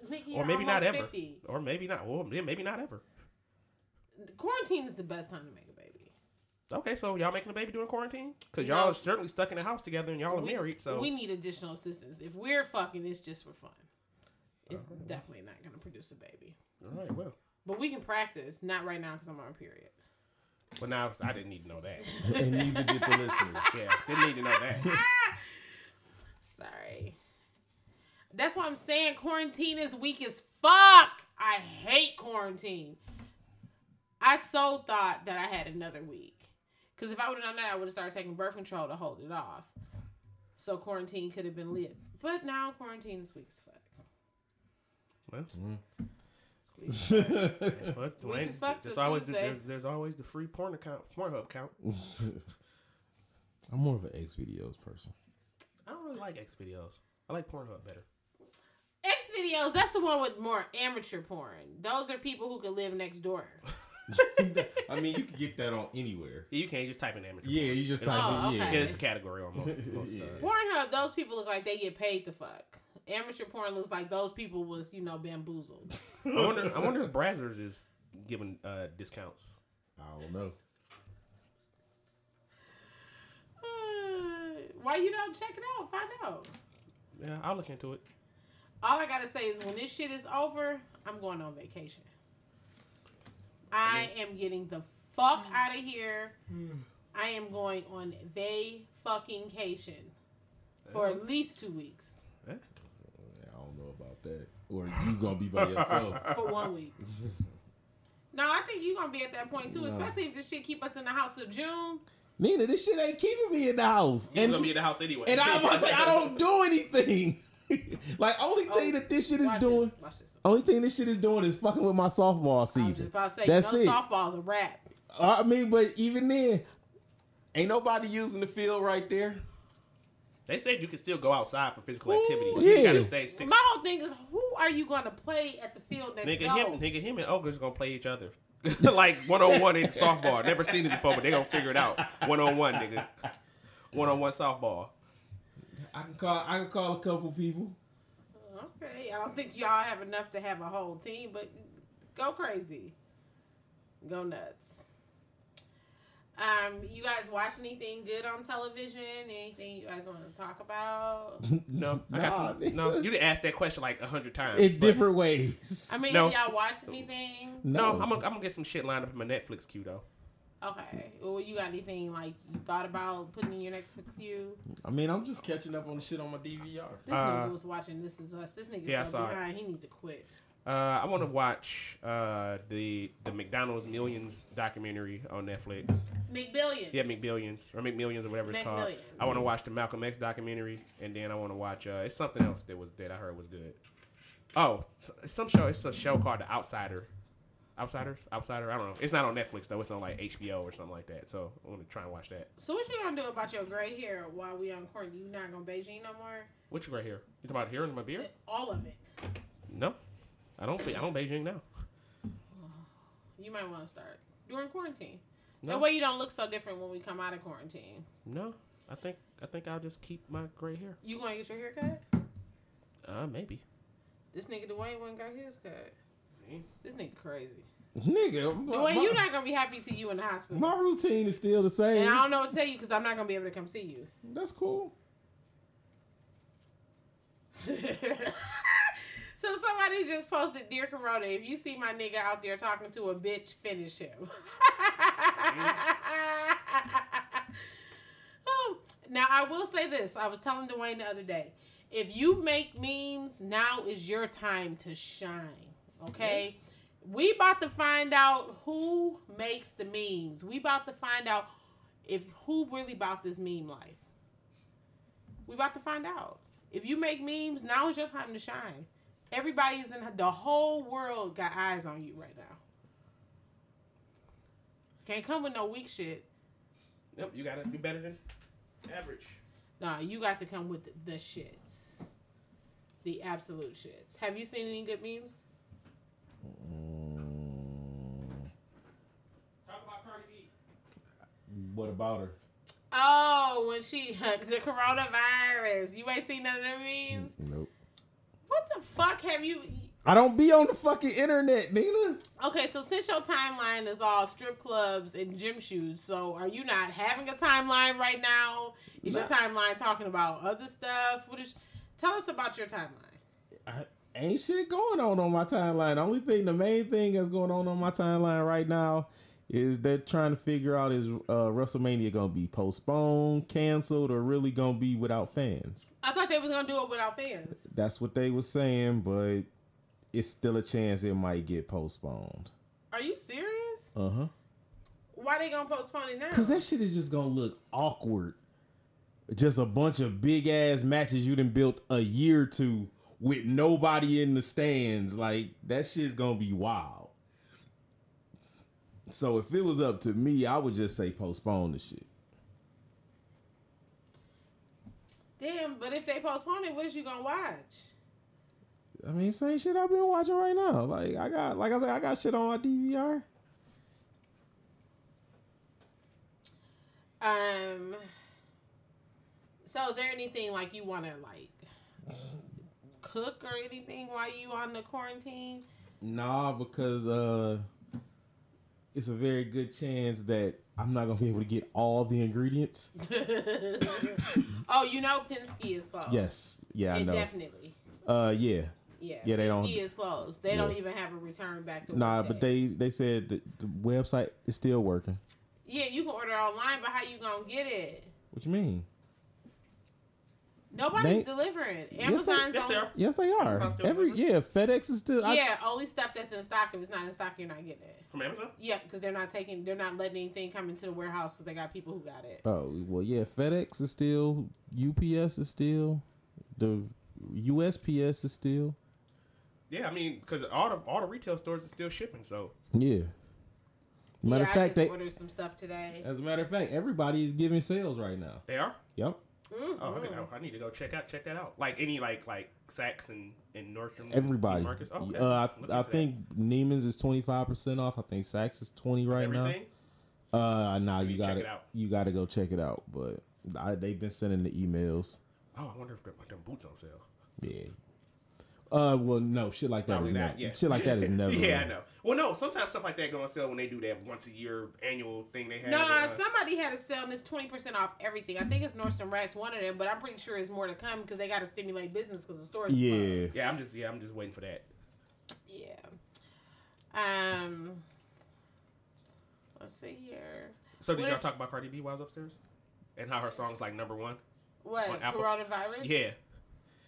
S1: Nikki,
S2: or maybe not
S1: almost
S2: ever,
S1: 50.
S2: or maybe not. Well, yeah, maybe not ever.
S1: Quarantine is the best time to make a baby.
S2: Okay, so y'all making a baby during quarantine? Cause y'all
S1: No.
S2: are certainly stuck in the house together and y'all are married. So
S1: we need additional assistance. If we're fucking, it's just for fun. It's
S2: Uh-huh.
S1: definitely not gonna produce a baby.
S2: all right, well,
S1: But we can practice. Not right now because I'm on a period.
S2: well now I didn't need to know that.
S3: and even get the listeners.
S2: Yeah, didn't need to know that.
S1: Sorry. That's why I'm saying quarantine is weak as fuck. I hate quarantine. I so thought that I had another week. Because if I would have done that, I would have started taking birth control to hold it off. So quarantine could have been lit. But now quarantine is weak as fuck.
S2: Well,
S3: Mm-hmm.
S2: what,
S1: We
S2: when-
S1: just fucked
S2: there's
S1: till
S2: always the,
S1: Tuesday.
S2: there's, there's always the free porn account, Pornhub account.
S3: I'm more of an X videos person.
S2: I don't really like X videos. I like Pornhub better.
S1: X videos, that's the one with more amateur porn. Those are people who could live next door.
S3: I mean, you can get that on anywhere.
S2: You can't just type in amateur.
S3: Yeah, you just type
S1: Oh,
S3: in,
S2: Yeah,
S1: okay.
S3: yeah.
S2: it's a category on most. most uh,
S3: Yeah.
S1: Pornhub, those people look like they get paid to fuck. Amateur porn looks like those people was, you know, bamboozled.
S2: I wonder. I wonder if Brazzers is giving uh, discounts.
S3: I don't know.
S1: Uh, why you don't check it out? Find out.
S2: Yeah, I'll look into it.
S1: All I gotta say is when this shit is over, I'm going on vacation. I
S3: Mm.
S1: am getting the fuck out of here. I am going on they fucking cation for at least two weeks.
S3: I don't know about that. Or you gonna be by yourself.
S1: For one week. No, I think you're gonna be at that point too,
S3: No.
S1: especially if this shit keep us in the house till June.
S3: Nina, this shit ain't keeping me in the house.
S2: He's
S3: And,
S2: gonna be in the house anyway.
S3: and I was like, I don't do anything. like only
S1: Oh,
S3: thing that this shit is
S1: Watch
S3: doing Oh,
S1: this, watch this.
S3: only thing this shit is doing is fucking with my sophomore
S1: I was just
S3: season.
S1: about to say,
S3: That's
S1: no
S3: it.
S1: softball's a wrap.
S3: I mean, but even then, ain't nobody using the field right there.
S2: They said you can still go outside for physical activity.
S1: Ooh,
S2: you just
S3: yeah.
S2: gotta stay six.
S1: My whole thing is, who are you gonna play at the field next?
S2: nigga,
S1: door?
S2: him, nigga, him and Ogre's gonna play each other. like one on one in softball. Never seen it before, but they gonna figure it out. One on one, nigga. One on one softball.
S3: I can call. I can call a couple people.
S1: Okay, I don't think y'all have enough to have a whole team, but go crazy, go nuts. Um, you guys watch anything good on television? Anything you guys want to talk about?
S2: No, I got
S3: Nah,
S2: some,
S3: nigga.
S2: no. You didn't ask that question like a hundred times.
S3: It's
S2: but-
S3: different ways.
S1: I mean,
S2: No.
S1: have y'all watched anything?
S2: No, I'm gonna I'm gonna get some shit lined up in my Netflix queue though.
S1: Okay. Well, you got anything like you thought about putting in your next queue?
S3: I mean, I'm just catching up on the shit on my DVR.
S1: This
S2: Uh,
S1: nigga was watching This Is Us. This nigga
S2: yeah, I
S1: so
S2: saw it.
S1: behind. He needs to quit.
S2: Uh, I want to watch uh, the the McDonald's Millions documentary on Netflix.
S1: McBillions.
S2: Yeah, McBillions or McMillions or whatever it's called.
S1: McMillions.
S2: I want to watch the Malcolm X documentary, and then I want to watch uh, it's something else that was that I heard was good. Oh, s- it's some show. It's a show called The Outsider. Outsiders, Outsider. I don't know. It's not on Netflix though. It's on like HBO or something like that. So I want to try and watch that.
S1: So what you gonna do about your gray hair while we on court? You not gonna Beijing no more?
S2: What you right here? You talking about here in my beard?
S1: All of it.
S2: No, I don't. I don't Beijing now.
S1: You might want to start during quarantine.
S2: No.
S1: That way you don't look so different when we come out of quarantine.
S2: No, I think I think I'll just keep my gray hair.
S1: You gonna get your hair cut?
S2: Uh, maybe.
S1: This nigga Dwayne went and got his cut.
S2: Me?
S1: This nigga crazy.
S3: Nigga, my,
S1: Dwayne,
S3: my-
S1: you not gonna be happy to you in the hospital.
S3: my routine is still the same.
S1: and I don't know what to tell you because I'm not gonna be able to come see you.
S3: That's cool.
S1: so somebody just posted, "Dear Corona, if you see my nigga out there talking to a bitch, finish him." Oh, now I will say this: I was telling Dwayne the other day, if you make memes, now is your time to shine. Okay. We about to find out who makes the memes. We about to find out if who really bought this meme life. We about to find out. If you make memes, now is your time to shine. Everybody's in the whole world got eyes on you right now. Can't come with no weak shit.
S2: Yep, you gotta do better than average.
S1: Nah, you got to come with the shits. The absolute shits. Have you seen any good memes?
S3: Mm,
S2: Talk about Cardi B.
S3: what about her?
S1: Oh, when she the coronavirus. You ain't seen none of them memes?
S3: Nope.
S1: What the fuck have you
S3: I don't be on the fucking internet, Nina.
S1: Okay, so since your timeline is all strip clubs and gym shoes, so are you not having a timeline right now? Is your
S3: Nah.
S1: timeline talking about other stuff? What is? Tell us about your timeline.
S3: I, ain't shit going on on my timeline. The only thing, the main thing that's going on on my timeline right now is they're trying to figure out is uh, WrestleMania gonna be postponed, canceled, or really gonna be without fans.
S1: I thought they was gonna do it without fans.
S3: That's what they were saying, but it's still a chance it might get postponed.
S1: Are you serious?
S3: Uh huh.
S1: Why they gonna postpone it now?
S3: Cause that shit is just gonna look awkward. Just a bunch of big ass matches you done built a year to with nobody in the stands. Like that shit's gonna be wild. So if it was up to me, I would just say postpone the shit.
S1: Damn, but if they postpone it, what is you gonna watch?
S3: I mean, same shit I've been watching right now. Like I got, like I said, I got shit on my DVR.
S1: Um. So is there anything like you wanna like cook or anything while you on the quarantine?
S3: Nah, because uh, it's a very good chance that I'm not gonna be able to get all the ingredients.
S1: oh, you know Penske is closed.
S3: Yes, yeah, I know.
S1: indefinitely.
S3: Uh, yeah.
S1: Yeah,
S3: Yeah, they
S1: Penske
S3: don't-
S1: is closed. They
S3: Yeah.
S1: don't even have a return back to.
S3: Nah,
S1: work
S3: but
S1: day.
S3: they they said the, the website is still working.
S1: Yeah, you can order online, but how you gonna get it?
S3: What you mean?
S1: Nobody's
S3: They-
S1: delivering.
S3: Yes, they-
S1: Amazon's
S2: Yes,
S1: on.
S2: sir.
S3: Yes, they are.
S2: Amazon still
S3: Every
S2: delivers?
S3: yeah, FedEx is still. I-
S1: Yeah, only stuff that's in stock. If it's not in stock, you're not getting it.
S2: From Amazon?
S1: Yeah, because they're not taking, they're not letting anything come into the warehouse because they got people who got it.
S3: oh well, yeah. FedEx is still. UPS is still. The USPS is still.
S2: Yeah, I mean, because all the all the retail stores are still shipping, so
S3: Yeah.
S1: yeah,
S3: Matter of
S1: I
S3: fact,
S1: just
S3: they.
S1: ordered some stuff today.
S3: As a matter of fact, everybody is giving sales right now.
S2: they are.
S3: Yep.
S1: Mhm.
S2: Oh, I, think I, I need to go check out check that out. Like any like like Saks and and Nordstrom. and
S3: Everybody.
S2: Marcus. Oh, okay.
S3: Uh,
S2: Look
S3: I, I
S2: into that.
S3: think Neiman's is twenty five percent off. I think Saks is twenty right now.
S2: everything.
S3: Uh, nah, you
S2: check
S3: got
S2: it
S3: to
S2: out.
S3: You got to go check it out. But I, they've been sending the emails.
S2: Oh, I wonder if them, them boots on sale.
S3: Yeah. Uh, well, no, shit like that is
S2: Probably
S3: never.
S2: not. Yeah.
S3: Shit like that is never.
S2: yeah, I know. Well, no, sometimes stuff like that go on sale when they do that once a year annual thing they have.
S1: No,
S2: and, uh,
S1: somebody had a sale and it's twenty percent off everything. I think it's Nordstrom Rack's one of them, but I'm pretty sure it's more to come because they got to stimulate business because the store is closed.
S3: Yeah.
S2: yeah, I'm just yeah, I'm just waiting for that.
S1: yeah. Um, let's see here.
S2: So did
S1: What
S2: y'all
S1: if-
S2: talk about Cardi B while I was upstairs, and how her song's like number one?
S1: What
S2: On Apple.
S1: coronavirus?
S2: Yeah,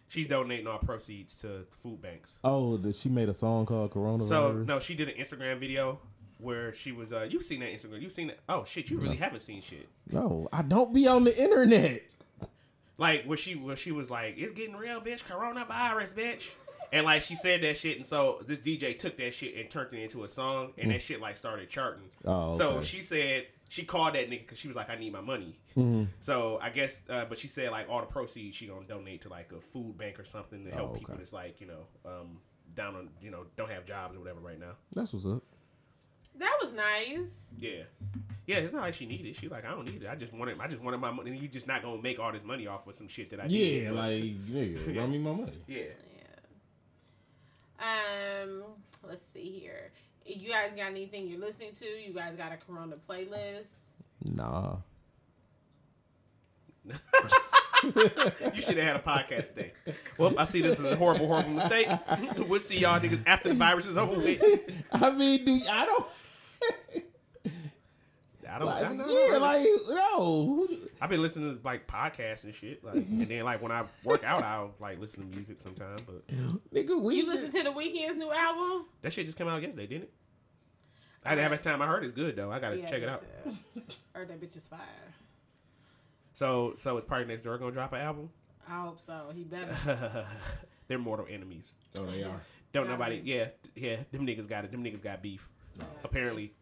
S2: she's donating all proceeds to food banks.
S3: Oh, the, she made a song called Coronavirus.
S2: So no, she did an Instagram video where she was. uh You've seen that Instagram? You've seen that? Oh shit, you really haven't seen shit.
S3: No, I don't be on the internet.
S2: Like where she where she was like, "It's getting real, bitch. Coronavirus, bitch." And like she said that shit, and so this DJ took that shit and turned it into a song, and that shit like started charting.
S3: Oh,
S2: So
S3: okay.
S2: she said she called that nigga because she was like, "I need my money."
S3: Mm-hmm.
S2: So I guess, uh, but she said like all the proceeds she gonna donate to like a food bank or something to help
S3: Oh, okay.
S2: people that's like you know um, down on you know don't have jobs or whatever right now.
S3: That's what's up.
S1: that was nice.
S2: Yeah, yeah. It's not like she needed. it. She like I don't need it. I just wanted. I just wanted my money. And you just not gonna make all this money off with some shit that I did.
S3: Yeah,
S2: But-
S3: like nigga, run me my money.
S2: yeah.
S1: Yeah. Um, let's see here. You guys got anything you're listening to? You guys got a Corona playlist?
S3: Nah.
S2: You should have had a podcast today. Well, I see this as a horrible, horrible mistake. we'll see y'all niggas after the virus is over with.
S3: I mean, do I don't.
S2: I don't. I don't
S3: like, yeah,
S2: know.
S3: like no. Who do-
S2: I've been listening to like podcasts and shit, like, and then like when I work out, I'll like listen to music sometime. But
S3: Nigga, we
S1: You
S3: just,
S1: listen to the weekend's new album?
S2: that shit just came out yesterday, didn't it? I didn't have a time. I heard it's good though. I gotta check it
S1: me
S2: out.
S1: too. Heard that bitch is fire.
S2: So, so it's Party Next Door gonna drop an album.
S1: I hope so. He better.
S2: They're mortal enemies.
S3: Oh, they are.
S2: Don't
S1: Gotta
S2: nobody.
S1: be.
S2: Yeah, yeah. Them niggas got it. Them niggas got beef. Apparently,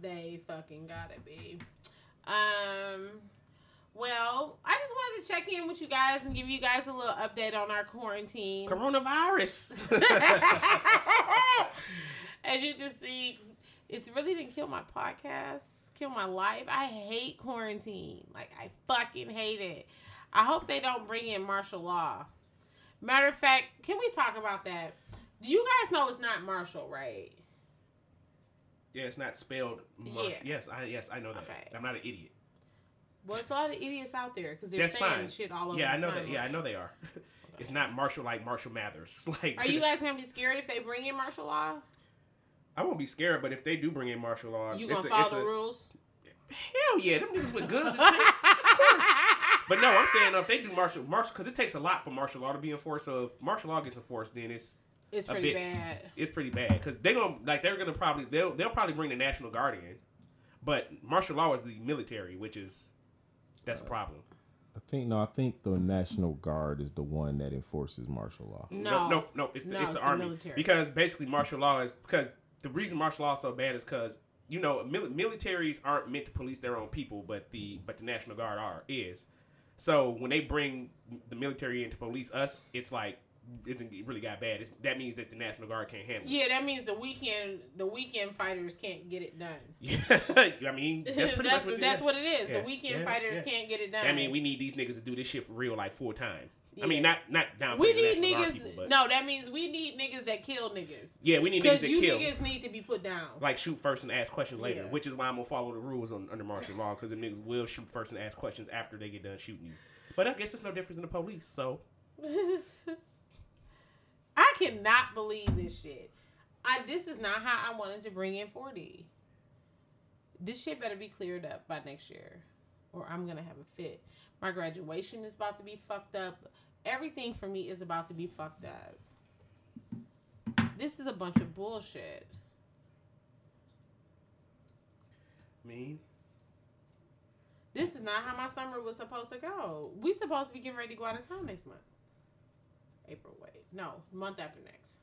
S1: They fucking gotta be. Um, well, I just wanted to check in with you guys and give you guys a little update on our quarantine.
S2: coronavirus.
S1: As you can see, it's really didn't kill my podcast, kill my life. I hate quarantine. Like I fucking hate it. I hope they don't bring in martial law. Matter of fact, can we talk about that? Do you guys know it's not martial, right?
S2: yeah, it's not spelled. Marsh.
S1: Yeah.
S2: Yes, I yes I know that.
S1: Okay.
S2: I'm not an idiot.
S1: Well, it's a lot of idiots out there because they're
S2: That's
S1: saying
S2: fine.
S1: shit all over.
S2: yeah, I
S1: the
S2: know that. Yeah, I
S1: timeline.
S2: know they are. it's not Marshall like Marshall Mathers. Like,
S1: Are you guys gonna be scared if they bring in martial law?
S2: I won't be scared, but if they do bring in martial law,
S1: You
S2: Uh, it's
S1: gonna follow
S2: a, it's
S1: the
S2: a,
S1: rules?
S2: hell yeah, them niggas with guns and things. of course. But no, I'm saying uh, if they do martial martial because it takes a lot for martial law to be enforced. So if martial law gets enforced, then it's
S1: It's
S2: a
S1: pretty
S2: bit.
S1: bad.
S2: it's pretty bad because they're gonna like they're gonna probably they'll they'll probably bring the national guard in, but martial law is the military, which is that's a problem.
S3: I think no. I think the National Guard is the one that enforces martial law.
S1: No.
S2: no, no, it's the,
S1: No, it's
S2: it's the
S1: the
S2: army
S1: military.
S2: because basically martial law is because the reason martial law is so bad is because you know mil- militaries aren't meant to police their own people, but the but the national guard are is. So when they bring the military in to police us, it's like it it really got bad. It's, that means that the national guard can't handle. it.
S1: Yeah, that means the weekend the weekend fighters can't get it done.
S2: Yeah, I mean that's
S1: That's,
S2: pretty
S1: that's,
S2: much what, it is.
S1: what it is.
S2: Yeah,
S1: The weekend
S2: yeah,
S1: fighters
S2: yeah.
S1: can't get it done.
S2: I mean. We need these niggas to do this shit for real, like full time. I mean,
S1: Yeah.
S2: not not down.
S1: we need niggas.
S2: People, but,
S1: no, that means we need niggas that kill niggas.
S2: Yeah, we need
S1: Because
S2: niggas to
S1: you
S2: kill.
S1: niggas need to be put down.
S2: like shoot first and ask questions later,
S1: Yeah.
S2: which is why I'm gonna follow the rules on under martial law because the niggas will shoot first and ask questions after they get done shooting you. But I guess it's no difference in the police. So
S1: I cannot believe this shit. I this is not how I wanted to bring in 4D. This shit better be cleared up by next year, or I'm gonna have a fit. My graduation is about to be fucked up. Everything for me is about to be fucked up. This is a bunch of bullshit.
S2: I mean,
S1: This is not how my summer was supposed to go. We supposed to be getting ready to go out of town next month. April, wait. No, month after next.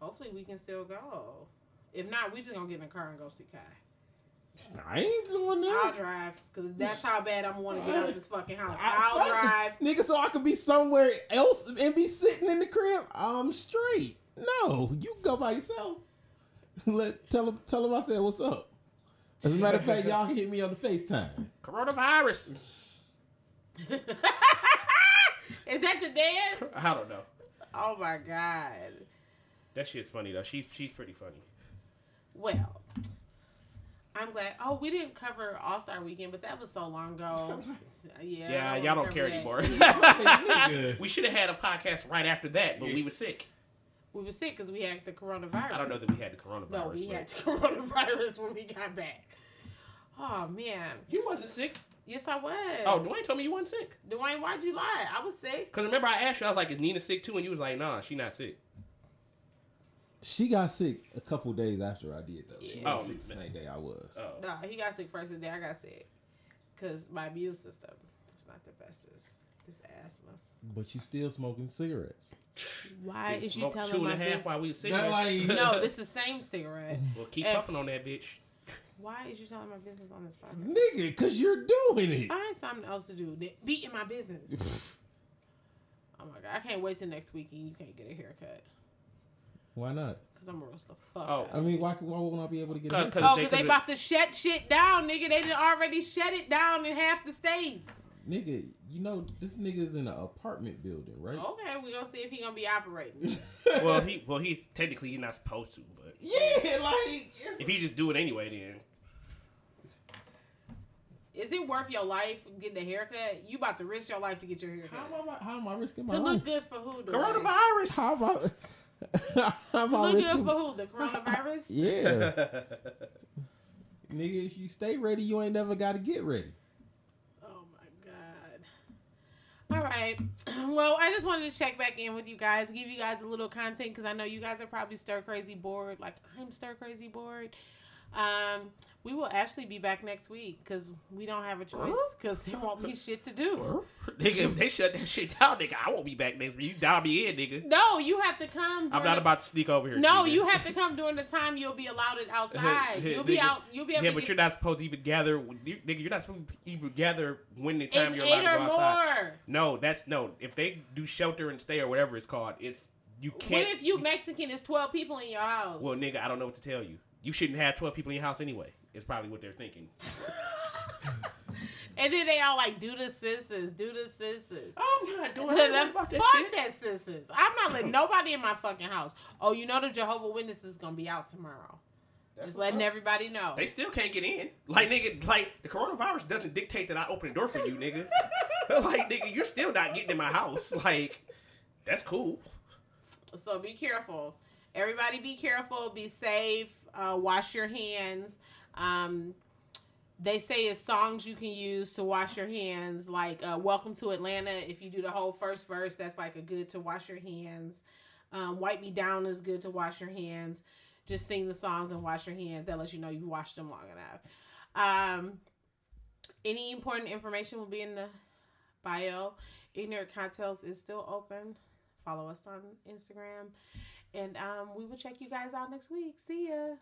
S1: Hopefully we can still go. If not, we just gonna get in the car and go see Kai.
S3: I ain't going there.
S1: I'll drive, cause that's how bad I'm wanna get out of this fucking house.
S3: I-
S1: I'll drive.
S3: nigga, so I could be somewhere else and be sitting in the crib. I'm straight. No, you go by yourself. Let tell him tell him I said what's up. As a matter of fact, y'all can hit me on the FaceTime.
S2: coronavirus.
S1: Is that the dance?
S2: I don't know.
S1: Oh my god.
S2: That shit's funny though. She's she's pretty funny.
S1: Well, I'm glad. Oh, we didn't cover All Star Weekend, but that was so long ago. Yeah,
S2: Yeah,
S1: I
S2: y'all don't
S1: remember
S2: care
S1: that.
S2: anymore.
S3: Nigga.
S2: we should have had a podcast right after that, but we were sick.
S1: We were sick because we had the coronavirus.
S2: I don't know that we had the coronavirus.
S1: No, we
S2: but
S1: had the coronavirus when we got back. Oh man,
S2: you wasn't sick.
S1: yes I was.
S2: Oh, Dwayne told me you wasn't sick.
S1: Dwayne, why'd you lie? I was sick.
S2: Cause remember I asked you, I was like, "Is Nina sick too?" And you was like, "Nah, she not sick."
S3: She got sick a couple days after I did though. She
S1: Yeah.
S3: got
S2: Oh,
S3: sick the
S2: man.
S3: same day I was.
S2: Oh,
S1: No, he got sick first, and then I got sick because my immune system is not the bestest. It's asthma.
S3: But you still smoking cigarettes.
S1: Why
S2: Didn't
S1: is you
S2: smoke
S1: telling
S2: two and
S1: my
S2: a half
S1: business?
S2: while we was sick?
S3: Not like-
S1: No, it's Oh, the same cigarette.
S2: Well, keep
S1: Eh.
S2: puffing on that bitch.
S1: Why is you telling my business on this podcast?
S3: Nigga, cause you're doing it.
S1: Find something else to do. than Be in my business. Oh my god, I can't wait till next week and you can't get a haircut
S3: Why not?
S1: because I'm gonna roast the fuck.
S2: Oh.
S1: out
S3: I
S1: of you.
S3: mean, why why won't I be able to get
S2: Cut,
S3: it?
S2: cut.
S1: Oh,
S2: They
S1: because they
S2: could've-
S1: about to shut shit down, nigga. They done already shut it down in half the states.
S3: Nigga, you know this nigga's in an apartment building, right?
S1: Okay, we're gonna see if he gonna be operating.
S2: Oh. Well, he well he's technically he's not supposed to, but
S3: yeah, like it's,
S2: if he just do it anyway, then
S1: Is it worth your life getting a haircut? You about to risk your life to get your haircut.
S3: how am I how am I risking my
S1: to
S3: life?
S1: look good for who? Dwayne?
S2: coronavirus.
S3: How about how am
S1: To
S3: I
S1: look good
S3: risking?
S1: for who? The coronavirus?
S3: Yeah, nigga, if you stay ready, you ain't never got to get ready.
S1: Oh my god. All right. Well, I just wanted to check back in with you guys, give you guys a little content because I know you guys are probably stir crazy bored. Like I'm stir crazy bored. Um, we will actually be back next week because we don't have a choice because there won't be shit to do.
S2: nigga, if they shut that shit down, nigga, I won't be back next week. You dial me in, nigga.
S1: No, you have to come.
S2: I'm
S1: during
S2: not
S1: the-
S2: about to sneak over here.
S1: No,
S2: nigga.
S1: you have to come during the time you'll be allowed outside.
S2: Hey, hey,
S1: You'll be
S2: nigga.
S1: out. You'll be able
S2: Yeah,
S1: to
S2: but
S1: get-
S2: you're not supposed to even gather. when You, nigga, you're not supposed to even gather when the time
S1: It's
S2: you're allowed
S1: eight
S2: to go
S1: or
S2: outside.
S1: more.
S2: No, that's no. If they do shelter and stay or whatever it's called, it's you can't.
S1: What if you Mexican? It's twelve people in your house.
S2: Well, nigga, I don't know what to tell you. You shouldn't have 12 people in your house anyway. It's probably what they're thinking.
S1: And then they all like, do the sisters, do the sisters.
S2: I'm not doing
S1: The
S2: that.
S1: fuck
S2: Fuck
S1: that,
S2: that shit.
S1: sisters. I'm not letting nobody in my fucking house. Oh, you know the Jehovah Witnesses gonna be out tomorrow. Just letting everybody know.
S2: They still can't get in. Like nigga, like the coronavirus doesn't dictate that I open the door for you, nigga. like nigga, you're still not getting in my house. Like that's cool.
S1: So be careful. Everybody be careful. Be safe. Uh, wash your hands. Um, they say it's songs you can use to wash your hands, like uh, Welcome to Atlanta. If you do the whole first verse, that's like a good to wash your hands. Um, Wipe Me Down is good to wash your hands. Just sing the songs and wash your hands. That lets you know you've washed them long enough. Um, any important information will be in the bio. Ignorant Cocktails is still open follow us on Instagram. And um, we will check you guys out next week. See ya.